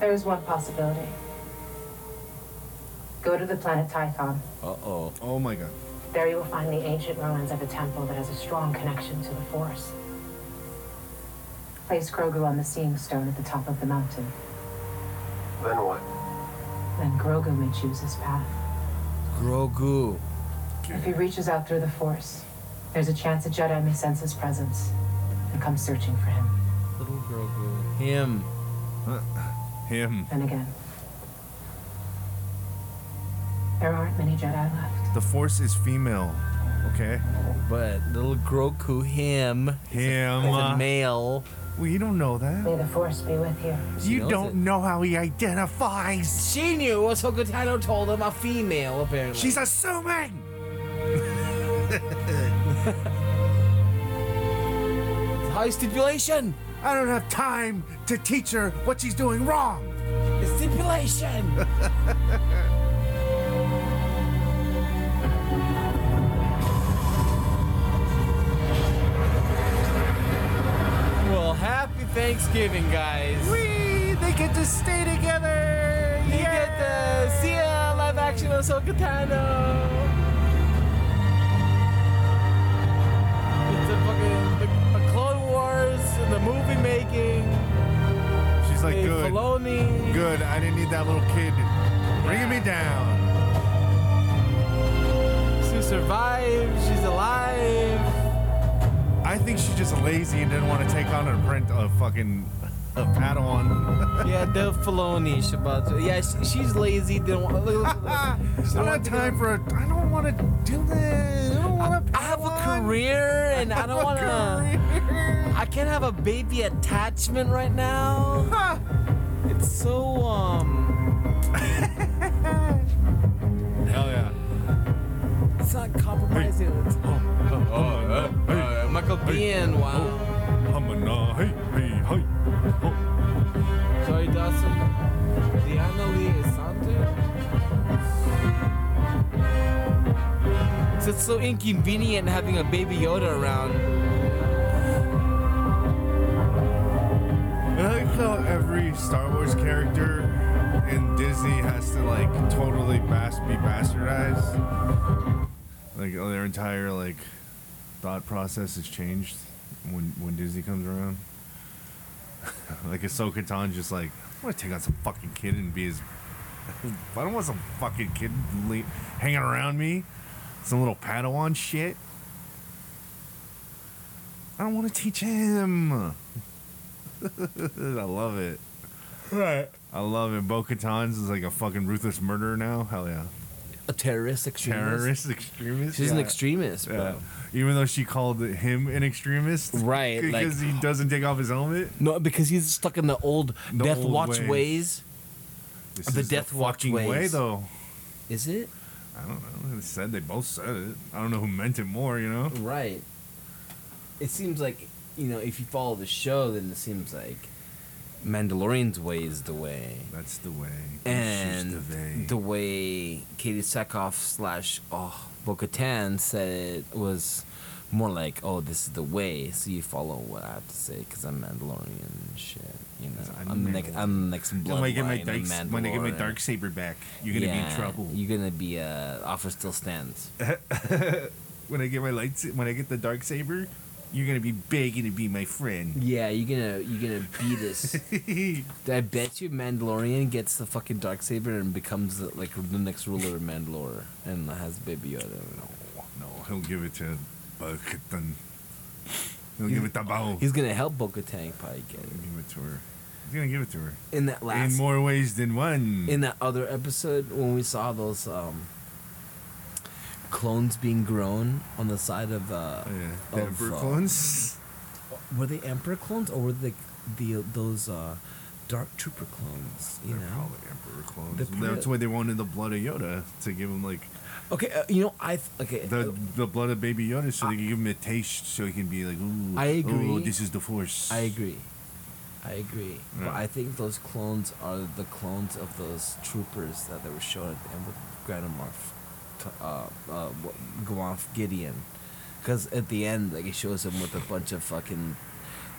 There is one possibility. Go to the planet Typhon. Uh oh. Oh my god. There you will find the ancient ruins of a temple that has a strong connection to the Force. Place Grogu on the Seeing Stone at the top of the mountain. Then what? Then Grogu may choose his path. Grogu. If he reaches out through the Force, there's a chance a Jedi may sense his presence and come searching for him. Little Grogu. Him. Him. Then again. There aren't many Jedi left. The Force is female. Okay? But little Grogu, him. Him. Is a male. well, you don't know that. May the Force be with you. She You knows don't it. know how he identifies. She knew what Tano told him, a female, apparently. She's assuming! high stipulation. I don't have time to teach her what she's doing wrong! It's stipulation. well, happy Thanksgiving, guys. Whee! They get to stay together! You get the see ya live action Ahsoka Tano. It's a fucking the, the Clone Wars and the movie making. She's like, Dave good. Filoni. Good, I didn't need that little kid bringing me down. She survived. She's alive. I think she's just lazy and didn't want to take on an apprentice, a fucking a Padawan. Yeah, Dave Filoni. Shabbat. Yeah, she, she's lazy. Didn't want. Look, look, I look. don't have time for a. I don't want to do this. I don't want I to. have a career, and I don't want to. I can't have a baby attachment right now. It's so um. Hell yeah. It's not compromising. It's, uh, Michael Biehn. Wow. I'm a nah. Hey, hey, hey. Oh, Joey Dawson. Diana Lee Asante. So It's so inconvenient having a baby Yoda around. I like how every Star Wars character in Disney has to like totally bas- be bastardized. Like their entire like thought process has changed when when Disney comes around. like Ahsoka Tan's just like, I'm gonna take on some fucking kid and be his I don't want some fucking kid le- hanging around me. Some little Padawan shit. I don't want to teach him. I love it. Right. I love it. Bo Katan's is like a fucking ruthless murderer now. Hell yeah. A terrorist extremist. Terrorist extremist. She's an Yeah. extremist, bro. Yeah. Even though she called him an extremist. Right, like- Because he doesn't take off his helmet. No, because he's stuck in the old The Death old Watch ways. ways. This The is Death Watch fucking way ways. though. Is it? I don't know. They said they both said it. I don't know who meant it more, you know? Right. It seems like, you know, if you follow the show, then it seems like Mandalorian's way is the way. That's the way. And She's the way. the way Katie Sackhoff slash oh, Bo Katan said it was more like, oh, this is the way, so you follow what I have to say because I'm Mandalorian and shit. You know, I'm I'm, the next, I'm the next bloodline. when I get my of dark, when I get my Mandalorian. dark saber back, you're gonna be in Yeah, trouble. You're gonna be uh offer still stands. When I get my lights, when I get the dark saber, you're gonna be begging to be my friend. Yeah, you're gonna you're gonna be this. I bet you Mandalorian gets the fucking dark saber and becomes the, like the next ruler of Mandalore and has Baby Yoda. No, he'll give it to Bo-Katan. He'll give it to Bo. He's gonna help Bo-Katan probably get He'll it. give it to her. He's gonna give it to her In that last in more ways than one. in that other episode when we saw those um, clones being grown on the side of uh, yeah, the of, emperor uh, clones. were they emperor clones or were they the those uh, dark trooper clones? You They're know. probably emperor clones. The pro- That's why they wanted the blood of Yoda to give him like Okay, uh, you know I th- okay. uh, the the blood of baby Yoda, so they can give him a taste, so he can be like, ooh, I ooh, agree. this is the Force. I agree. I agree. Yeah. But I think those clones are the clones of those troopers that they were shown at the end with Granomorph, t- uh, uh, wh- Gwamf Gideon. Because at the end, like, it shows him with a bunch of fucking.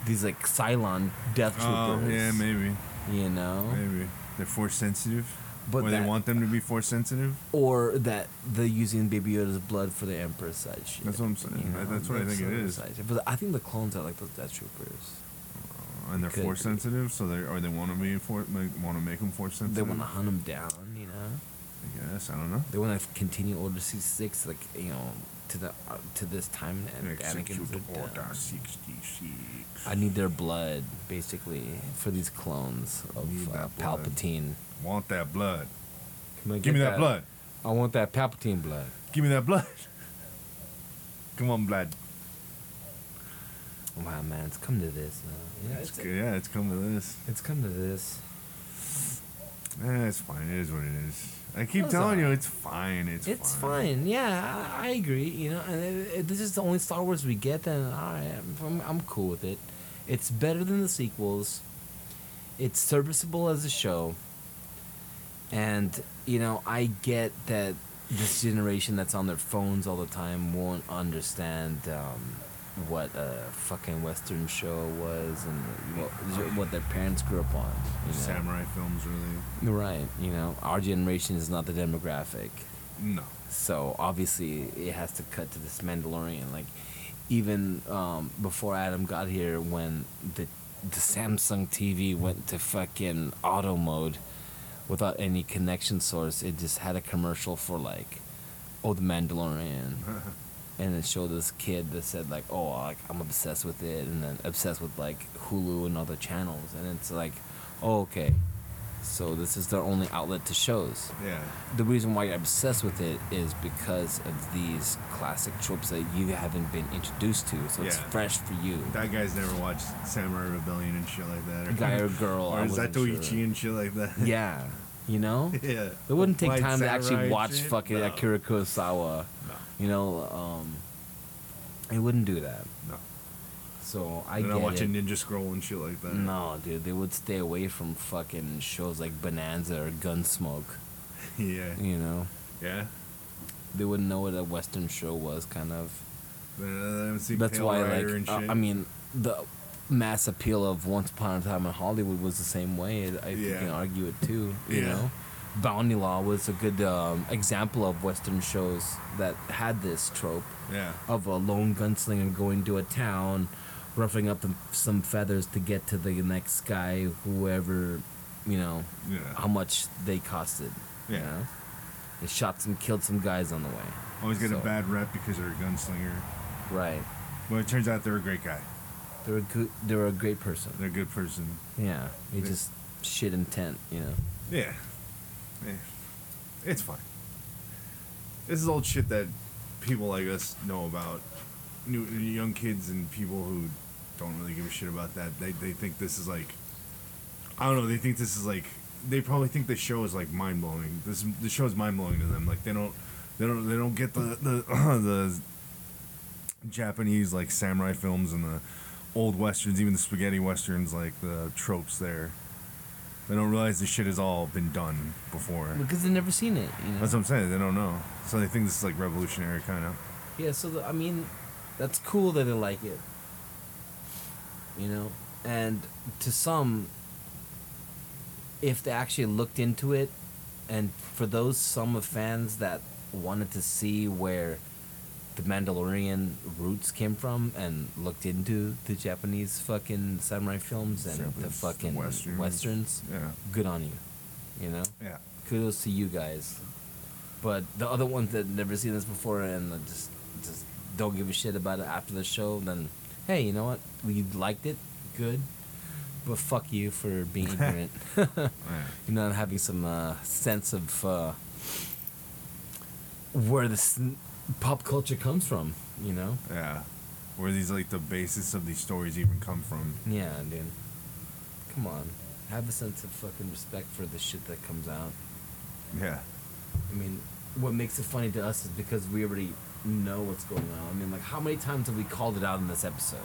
These, like, Cylon death Oh, troopers. yeah, maybe, You know? maybe they're Force sensitive, But or they that- want them to be Force sensitive. Or that they're using Baby Yoda's blood for the Emperor's side shit. That's what I'm saying. you That- that's what I think it Emperor's is. side shit. But I think the clones are, like, those death troopers. And they're Could Force be. sensitive, so they or they want to be for like, want to make them Force sensitive. They want to hunt him down, you know? I guess I don't know. they want to continue Order sixty six, like you know, to the uh, to this time and Anakin's Execute are Order down. sixty six. I need their blood, basically, for these clones Need of uh, that blood. Palpatine. want that blood. Come on, Give get me that blood. I want that Palpatine blood. Give me that blood. Come on, blood. Wow, man, it's come to this now. Yeah, It's it's, good. Yeah, it's come to this. it's come to this. Eh, it's fine. It is what it is. I keep It's telling you, alright. it's fine. It's, It's fine. Yeah, I, I agree. You know, and it, it, this is the only Star Wars we get. Then all right, I'm- I'm, I'm cool with it. It's better than the sequels. It's serviceable as a show. And you know, I get that this generation that's on their phones all the time won't understand um, what a fucking Western show was and what, what their parents grew up on. You know? Samurai films, really. Right. You know, our generation is not the demographic. No. So obviously it has to cut to this Mandalorian. Like even um, before Adam got here, when the the Samsung TV went to fucking auto mode without any connection source, it just had a commercial for like, oh the Mandalorian. And it showed this kid that said like, "Oh, like, I'm obsessed with it," and then obsessed with like Hulu and other channels. And it's like, "Oh, okay, so this is their only outlet to shows." Yeah. the reason why you're obsessed with it is because of these classic tropes that you haven't been introduced to, so it's Yeah. fresh for you. That guy's never watched Samurai Rebellion and shit like that. Guy or girl, Or I wasn't Zatoichi sure. and shit like that. yeah, you know, yeah. it wouldn't take White time to actually samurai watch shit? fucking no. Akira Kurosawa. No. You know, um, it wouldn't do that. No. So I They're get not watching it. Ninja Scroll and shit like that. No, dude, they would stay away from fucking shows like Bonanza or Gunsmoke. Yeah. You know, Yeah. they wouldn't know what a Western show was, kind of. They uh, haven't seen That's Pale why, Rider and like, uh, shit. I mean, the mass appeal of Once Upon a Time in Hollywood was the same way. I think Yeah. you can argue it too. You Yeah. know, Bounty Law was a good um, example of Western shows that had this trope yeah. of a lone gunslinger going to a town, ruffling up the, some feathers to get to the next guy, whoever you know, Yeah. how much they costed. Yeah. You know? They shot some, killed some guys on the way. Always get a So, bad rep because they're a gunslinger. Right. Well, it turns out they're a great guy. They're a good, they're a great person. They're a good person. Yeah. They They- just shit intent, you know. Yeah. yeah. It's fine. This is old shit that people like us know about. New, young kids and people who don't really give a shit about that, they, they think this is like. I don't know, they think this is like. They probably think the show is like mind blowing. This the show is mind blowing to them. Like they don't, they don't, they don't get the the the Japanese like samurai films and the old westerns, even the spaghetti westerns, like the tropes there. They don't realize this shit has all been done before. Because they've never seen it, you know. That's what I'm saying. They don't know, so they think this is like revolutionary, kind of. Yeah, so the, I mean, that's cool that they like it. You know, and to some, if they actually looked into it, and for those some of fans that wanted to see where the Mandalorian roots came from and looked into the Japanese fucking samurai films and the Japanese, the fucking westerns. westerns, Yeah. good on you. You know Yeah. kudos to you guys. But the other ones that never seen this before and uh, just just don't give a shit about it after the show, then hey, you know what? You liked it, good. But fuck you for being ignorant. you know, and having some uh, sense of uh, where this n- pop culture comes from. You know? Yeah. Where these like the basis of these stories even come from? Yeah, dude. Come on, have a sense of fucking respect for the shit that comes out. Yeah. I mean, what makes it funny to us is because we already know what's going on. I mean, like, how many times have we called it out in this episode?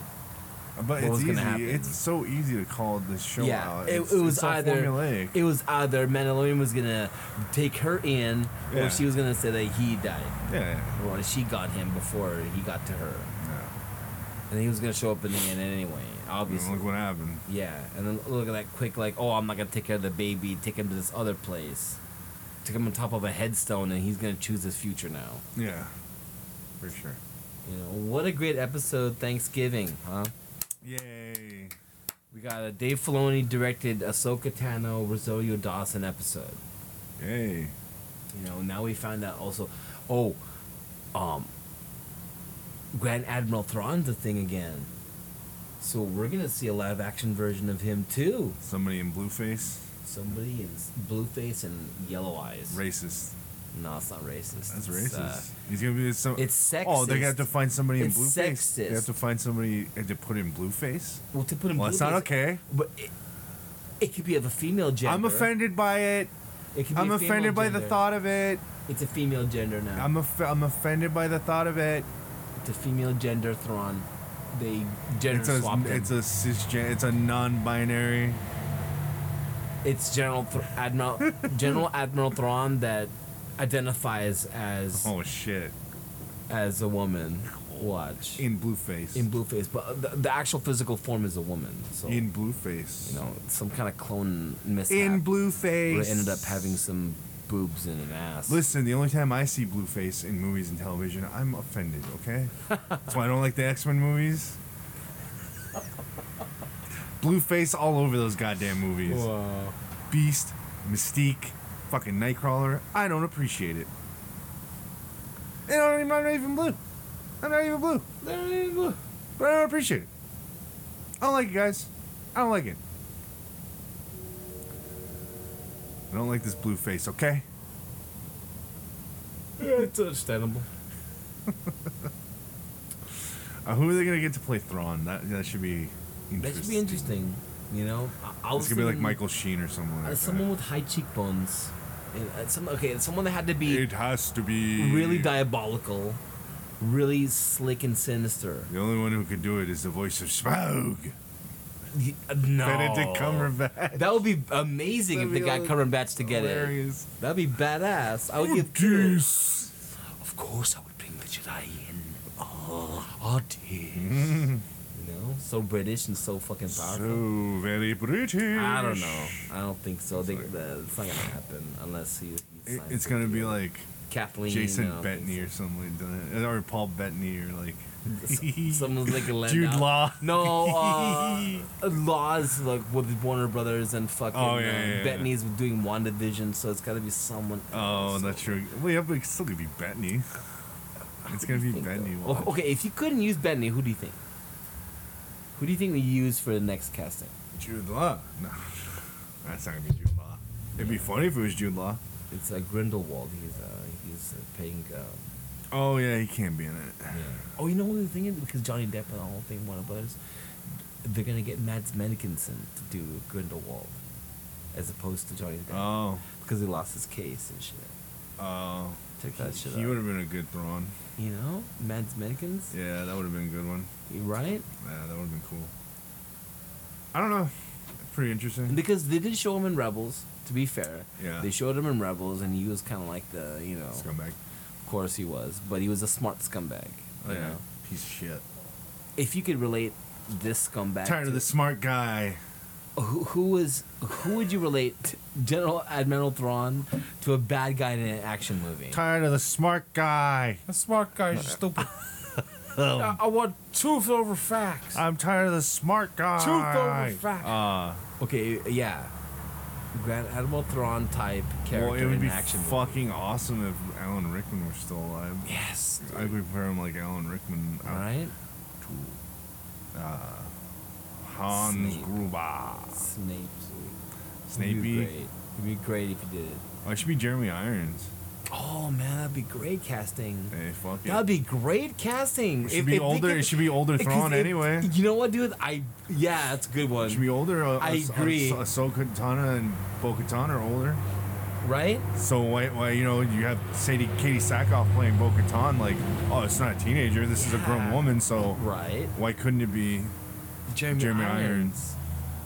But What was it's gonna easy. happen? It's so easy to call this show yeah, out. it, It's- it was it's so either formulaic. it was either Mandalorian was gonna take her in, Yeah. or she was gonna say that he died, Yeah. or she got him before he got to her, yeah. and he was gonna show up in the end anyway. And Obviously, look what happened. yeah. And then look at that quick, like, oh, I'm not gonna take care of the baby, take him to this other place, took him on top of a headstone, and he's gonna choose his future now. Yeah. For sure. You know, what a great episode, Thanksgiving, huh? Yay. We got a Dave Filoni directed Ahsoka Tano Rosario Dawson episode. Yay. You know, now we found out also, oh, um, Grand Admiral Thrawn's a thing again. So we're gonna see a live action version of him too. Somebody in blueface. Somebody in s- blue face and yellow eyes. Racist. no, it's not racist. It's, That's racist. uh, He's gonna be some. it's Oh, they have sexist. to find somebody in It's blueface. They have sexist. to find somebody and to put in blueface. well, to put him. Well, it's not okay. But it, it could be of a female gender. I'm offended by it. It could be I'm a female offended by the gender. thought of it. It's a female gender now. I'm off- I'm offended by the thought of it. the female gender Thrawn. They gender It's a swapped him. it's a cisgen. It's a non-binary. It's General Thr Admiral General Admiral Thrawn that identifies as Oh shit! as a woman. Watch in, In blueface. Blueface, but the, the actual physical form is a woman. So in blueface. you know some kind of clone mishap. in where blueface. it ended up having some boobs and an ass. Listen, the only time I see blueface in movies and television, I'm offended. Okay, that's why I don't like the X Men movies. Blueface all over those goddamn movies. Whoa. Beast, Mystique, fucking Nightcrawler. I don't appreciate it. And I don't even, I'm not even blue. I'm not even blue. They're not even blue. But I don't appreciate it. I don't like it, guys. I don't like it. I don't like this blue face, okay? It's understandable. Uh, who are they gonna get to play Thrawn? That that should be interesting. That should be interesting. You know, I, I was It's gonna be like thinking, Michael Sheen or someone uh, like someone with high cheekbones. And, uh, some okay, someone that had to that. be It has to be really diabolical, really slick and sinister. The only one who can do it is the voice of Smaug. Y- uh, No, Benedict Cumberbatch. That would be amazing That'd if they be got hil- Cumberbatch to get hilarious. it. That'd be badass. I would give. kudos. Jeez. Of course, I would bring the Jedi in. Oh, oh dear. You know, so British and so fucking powerful. So very British. I don't know. I don't think so. They, uh, it's not gonna happen unless he. he It- signs it's a gonna be deal. like Kathleen. Jason uh, Bettany or something like that, or Paul Bettany or like S- Someone's like a Lando. Jude Law. No, uh, Law's like with Warner Brothers and fucking Oh, yeah, yeah, uh, yeah. Bettany's doing WandaVision, so it's gotta be someone. Oh, else. that's true. Well, yeah, but it's still gonna be Bettany. It's gonna be Think, uh, Bettany. o- Okay, if you couldn't use Bettany, who do you think? Who do you think they use for the next casting? Jude Law. No, that's not gonna be Jude Law. It'd be funny if it was Jude Law. It's uh, Grindelwald. He's uh, he's uh, paying. Uh, Oh yeah, he can't be in it. yeah. Oh, you know what the thing is because Johnny Depp and the whole thing, Warner Brothers, they're gonna get Mads Mikkelsen to do Grindelwald, as opposed to Johnny Depp Oh, because he lost his case and shit. oh. Check that shit He out. would have been a good Thrawn. You know, Mads Mikkelsen, Yeah, that would have been a good one. right? Yeah, that would have been cool. I don't know. Pretty interesting. Because they did show him in Rebels. To be fair, Yeah. they showed him in Rebels, and he was kind of like the you know, Scumbag. of course he was, but he was a smart scumbag. You Yeah. know, Piece of shit. if you could relate this scumbag, Tired to- of the smart guy. Who, who was who would you relate General Admiral Thrawn to a bad guy in an action movie? Tired of the smart guy. The smart guy's stupid. I, I want truth over facts. I'm tired of the smart guy. over facts. Uh, Okay, yeah, Grand Admiral Thrawn type character well, it would in be an action movie. fucking awesome if Alan Rickman were still alive. Yes, I would prefer him like Alan Rickman. uh, out right? to, uh, Hans Snape. Gruber. Snape. It'd be Snapey. great. It'd be great if you did it. Oh, it should be Jeremy Irons. Oh man, that'd be great casting. Hey, fuck it. That'd be great casting. It should be older. it should be older Thrawn anyway. You know what, dude? I yeah, that's a good It one. should be older. Uh, I Ah- Ah- agree. Ah- Ahsoka Tana and Bo Katan are older. right? So why, why you know you have Sadie Katie Sackhoff playing Bo Katan like oh it's not a teenager this is a grown Yeah. woman so Right. why couldn't it be Jeremy, Jeremy Irons.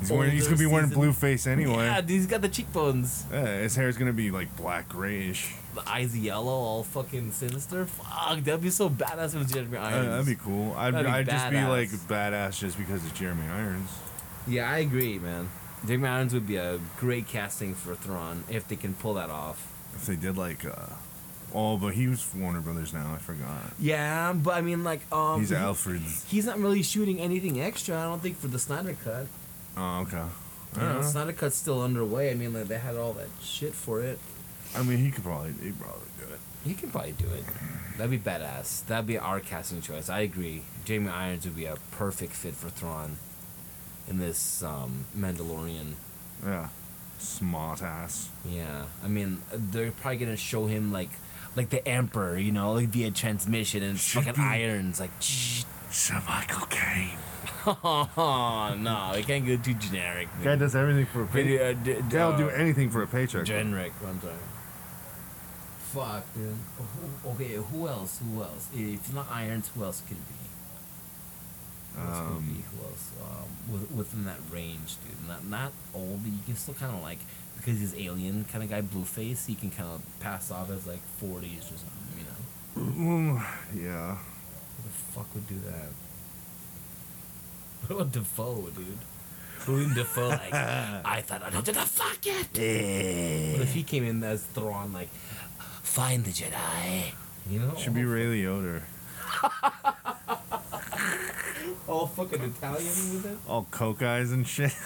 he's wearing he's Older gonna be wearing season- blue face anyway Yeah, dude, he's got the cheekbones. Yeah, his hair's gonna be like black grayish The eyes yellow, all fucking sinister. Fuck, that'd be so badass with Jeremy Uh, Irons. that'd be cool I'd, That'd be I'd just be badass. like badass just because it's Jeremy Irons Yeah, I agree, man. Jeremy Irons would be a great casting for Thrawn if they can pull that off. if they did like uh oh but he was Warner Brothers now I forgot Yeah, but I mean, like, um, he's he- Alfred's He's not really shooting anything extra. I don't think for the Snyder cut. oh okay You know, Snyder cut's still underway. I mean, like they had all that shit for it. I mean he could probably he probably do it He can probably do it. That'd be badass. That'd be our casting choice. I agree. Jamie Irons would be a perfect fit for Thrawn in this um, Mandalorian. yeah smart ass Yeah, I mean, they're probably gonna show him like, like the Emperor, you know, like via transmission and it's Should fucking be. irons, like. "Shh." Sir Michael Caine Oh no, we can't go too generic. Guy man. does everything for a paycheck. Video- d- d- They'll do uh, anything for a paycheck. Generic, I'm sorry. Fuck, dude. Who- Okay, who else? Who else? If not Irons, who else could it be? Who else could it be? Who else? Um, with, within that range, dude. Not not old, but you can still kind of like because he's alien kind of guy, Blueface. He can kind of pass off as like 40s or something. You know, Mm, yeah. who the fuck would do that? What about Defoe, dude? William Defoe, like I thought I told you to fuck it. But if he came in as Thrawn, like, find the Jedi. You know? Should be all, Ray Liotta. all fucking Italian with it. All coke eyes and shit.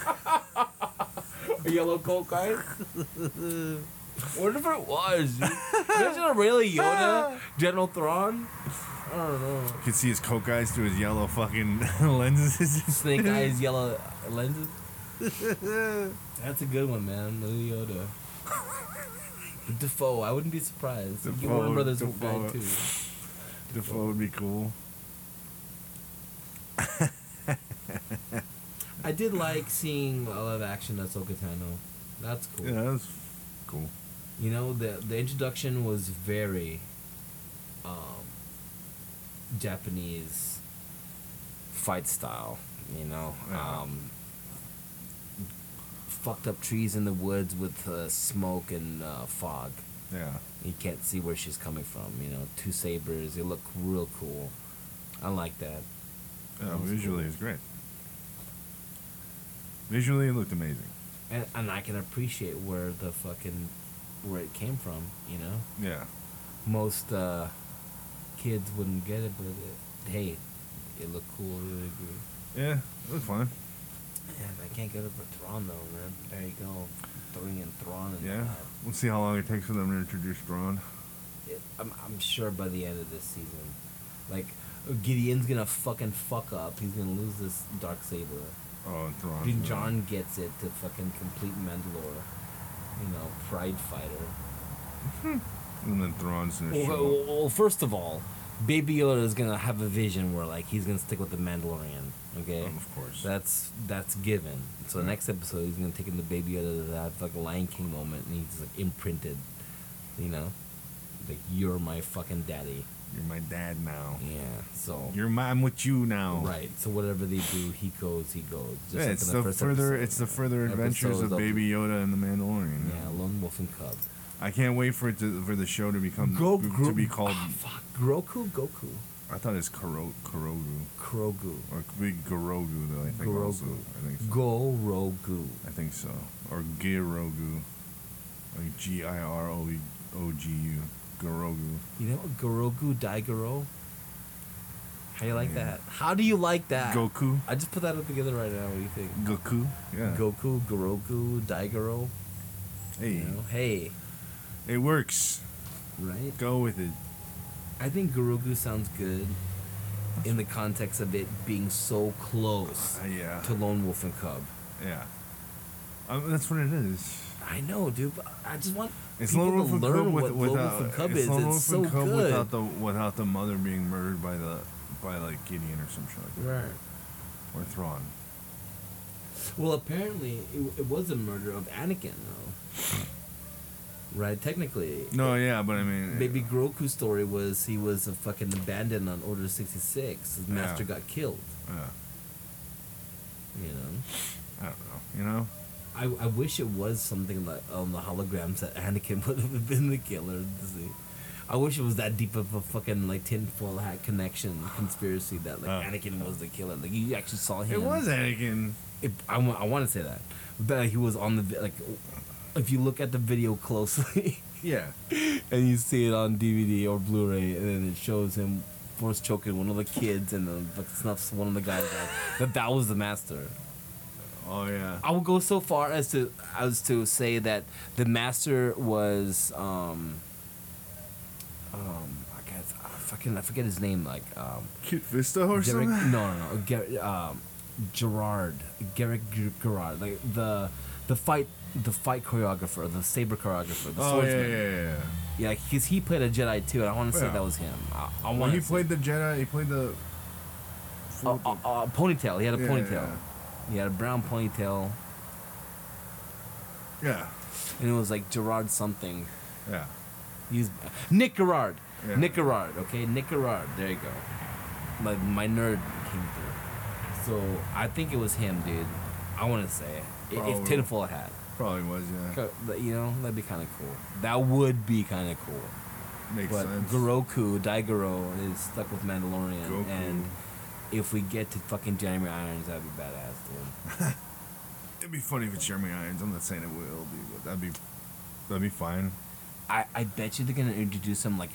A yellow coat guy. what if it was? dude? Imagine a really Yoda, General Thrawn. I don't know. You can see his coke eyes through his yellow fucking lenses. Snake eyes, yellow lenses. That's a good one, man. Little Yoda. But Defoe, I wouldn't be surprised. He'd get Warner Defoe, Brothers guy, Defoe. too. Defoe would be cool. I did like seeing a lot of action at Sokotano. That's cool. Yeah, that's cool. You know, the the introduction was very um, Japanese fight style, you know. Yeah. Um, fucked up trees in the woods with uh, smoke and uh, fog. Yeah. You can't see where she's coming from, you know. Two sabers, they look real cool. I like that. yeah That's visually, it's great. Visually, it looked amazing. And, and I can appreciate where the fucking where it came from, you know. Yeah. most uh, kids wouldn't get it, but it, hey, it looked cool. I really agree. Yeah, it was fun. Man, I can't get over Thrawn though, man. There you go, throwing in Thrawn. And Yeah, we'll see how long it takes for them to introduce Thrawn. it, I'm, I'm sure by the end of this season, like Gideon's gonna fucking fuck up. He's gonna lose this dark saber. Oh, and Thrawn. Din John gets it to fucking complete Mandalore. You know, Pride Fighter. And then Thrawn's gonna well, show up. well, well, first of all, Baby Yoda is gonna have a vision where like he's gonna stick with the Mandalorian. Okay. of course. Mm. That's that's given. So the next episode, he's gonna take him to Baby Yoda to that like Lion King moment, and he's like imprinted. You know, like you're my fucking daddy. You're my dad now. Yeah. So. You're my, I'm with you now. Right. So whatever they do, he goes. He goes. Just Yeah, like it's in the, first further. episode. It's the further Episode adventures is of up- Baby Yoda and the Mandalorian. Yeah, Lone Wolf and Cub. I can't wait for it to for the show to become Go- Um, to Gro- ah, be called. Fuck, Groku, Goku, I thought it's Karo Karogu Krogu, or Big Garogu though. I think Grogu. also. I think so. Gorogu. I think so. Or Girogu, like G I R O E O G U, Garogu. You know what? Gorogu Daigoro? How you like Yeah. that? How do you like that? Goku. I just put that up together right now. What do you think? Goku. Yeah. Goku, Gorogu, Daigoro. hey, You know? Hey, it works. right? Go with it. I think Gorogu sounds good in the context of it being so close Uh, yeah. to Lone Wolf and Cub. Yeah. Um, that's what it is. I know, dude. But I just want It's people Lone Wolf to and learn Cub what with, Lone Wolf without and Cub it's is. Lone It's Wolf so and Cub good. without the without the mother being murdered by the by like Gideon or some shit like that. Right. Or Thrawn. Well, apparently it, it was a murder of Anakin, though. Right? Technically, No, yeah, but I mean, Baby Groku's story was he was a fucking abandoned on Order 66. His master Yeah. got killed. uh, You know, I don't know. You know, I, I wish it was something like on the holograms that Anakin would have been the killer. to see. I wish it was that deep of a fucking like tinfoil hat connection conspiracy that like Uh. Anakin was the killer. Like you actually saw him. it was Anakin. It, I, wa- I want to say that, but he was on the vi- like. If you look at the video closely, Yeah. and you see it on DVD or Blu-ray, and then it shows him force choking one of the kids and then like, snuffs one of the guys out. That that was the master. Oh yeah. I would go so far as to as to say that the master was um um I guess I fucking I forget his name like um Kid Vista or Derek, something. no, no, no. Ger- um, Gerard, Garrick G- Gerard, like the the fight, the fight choreographer, the saber choreographer, the Oh yeah, yeah, swordsman. yeah. yeah. yeah, because he played a Jedi too, and I want to say Yeah. that was him. I, I When want he to. played the Jedi, he played the. A, a, a uh, ponytail. He had a Yeah, ponytail. yeah. He had a brown ponytail, Yeah, and it was like Gerard something. yeah. He's Nick Gerard. Yeah. Nick Gerard. Okay, Nick Gerard. There you go. My my nerd came through. So I think it was him, dude. I want to say it. I- Probably. If tinfoil hat. Probably was. Yeah, Co- but, You know, that'd be kind of cool. That would be kind of cool. makes but sense. Goroku, Daigoro is stuck with Mandalorian, Goku. and if we get to fucking Jeremy Irons, that'd be badass, But It'd be funny if it's Jeremy Irons. I'm not saying it will be, but that'd be that'd be fine. dude. I, I bet you they're gonna introduce him like,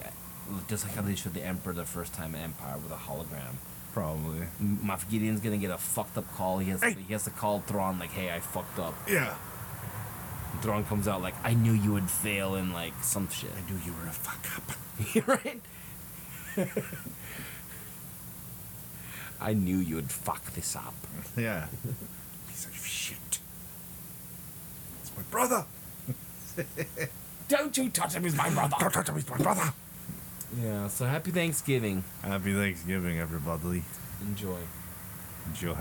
just like how they showed the Emperor the first time in Empire with a hologram. Probably. Moff Gideon's gonna get a fucked up call. He has Hey. he has to call Thrawn like, "Hey, I fucked up." Yeah. Thrawn comes out like, "I knew you would fail," and like some shit. I knew you were a fuck up. right? I knew you would fuck this up. Yeah. Piece of shit. It's my brother. Don't you touch him! He's my brother. Don't touch him. He's my brother. Yeah. So happy Thanksgiving. Happy Thanksgiving, everybody. Enjoy. Enjoy.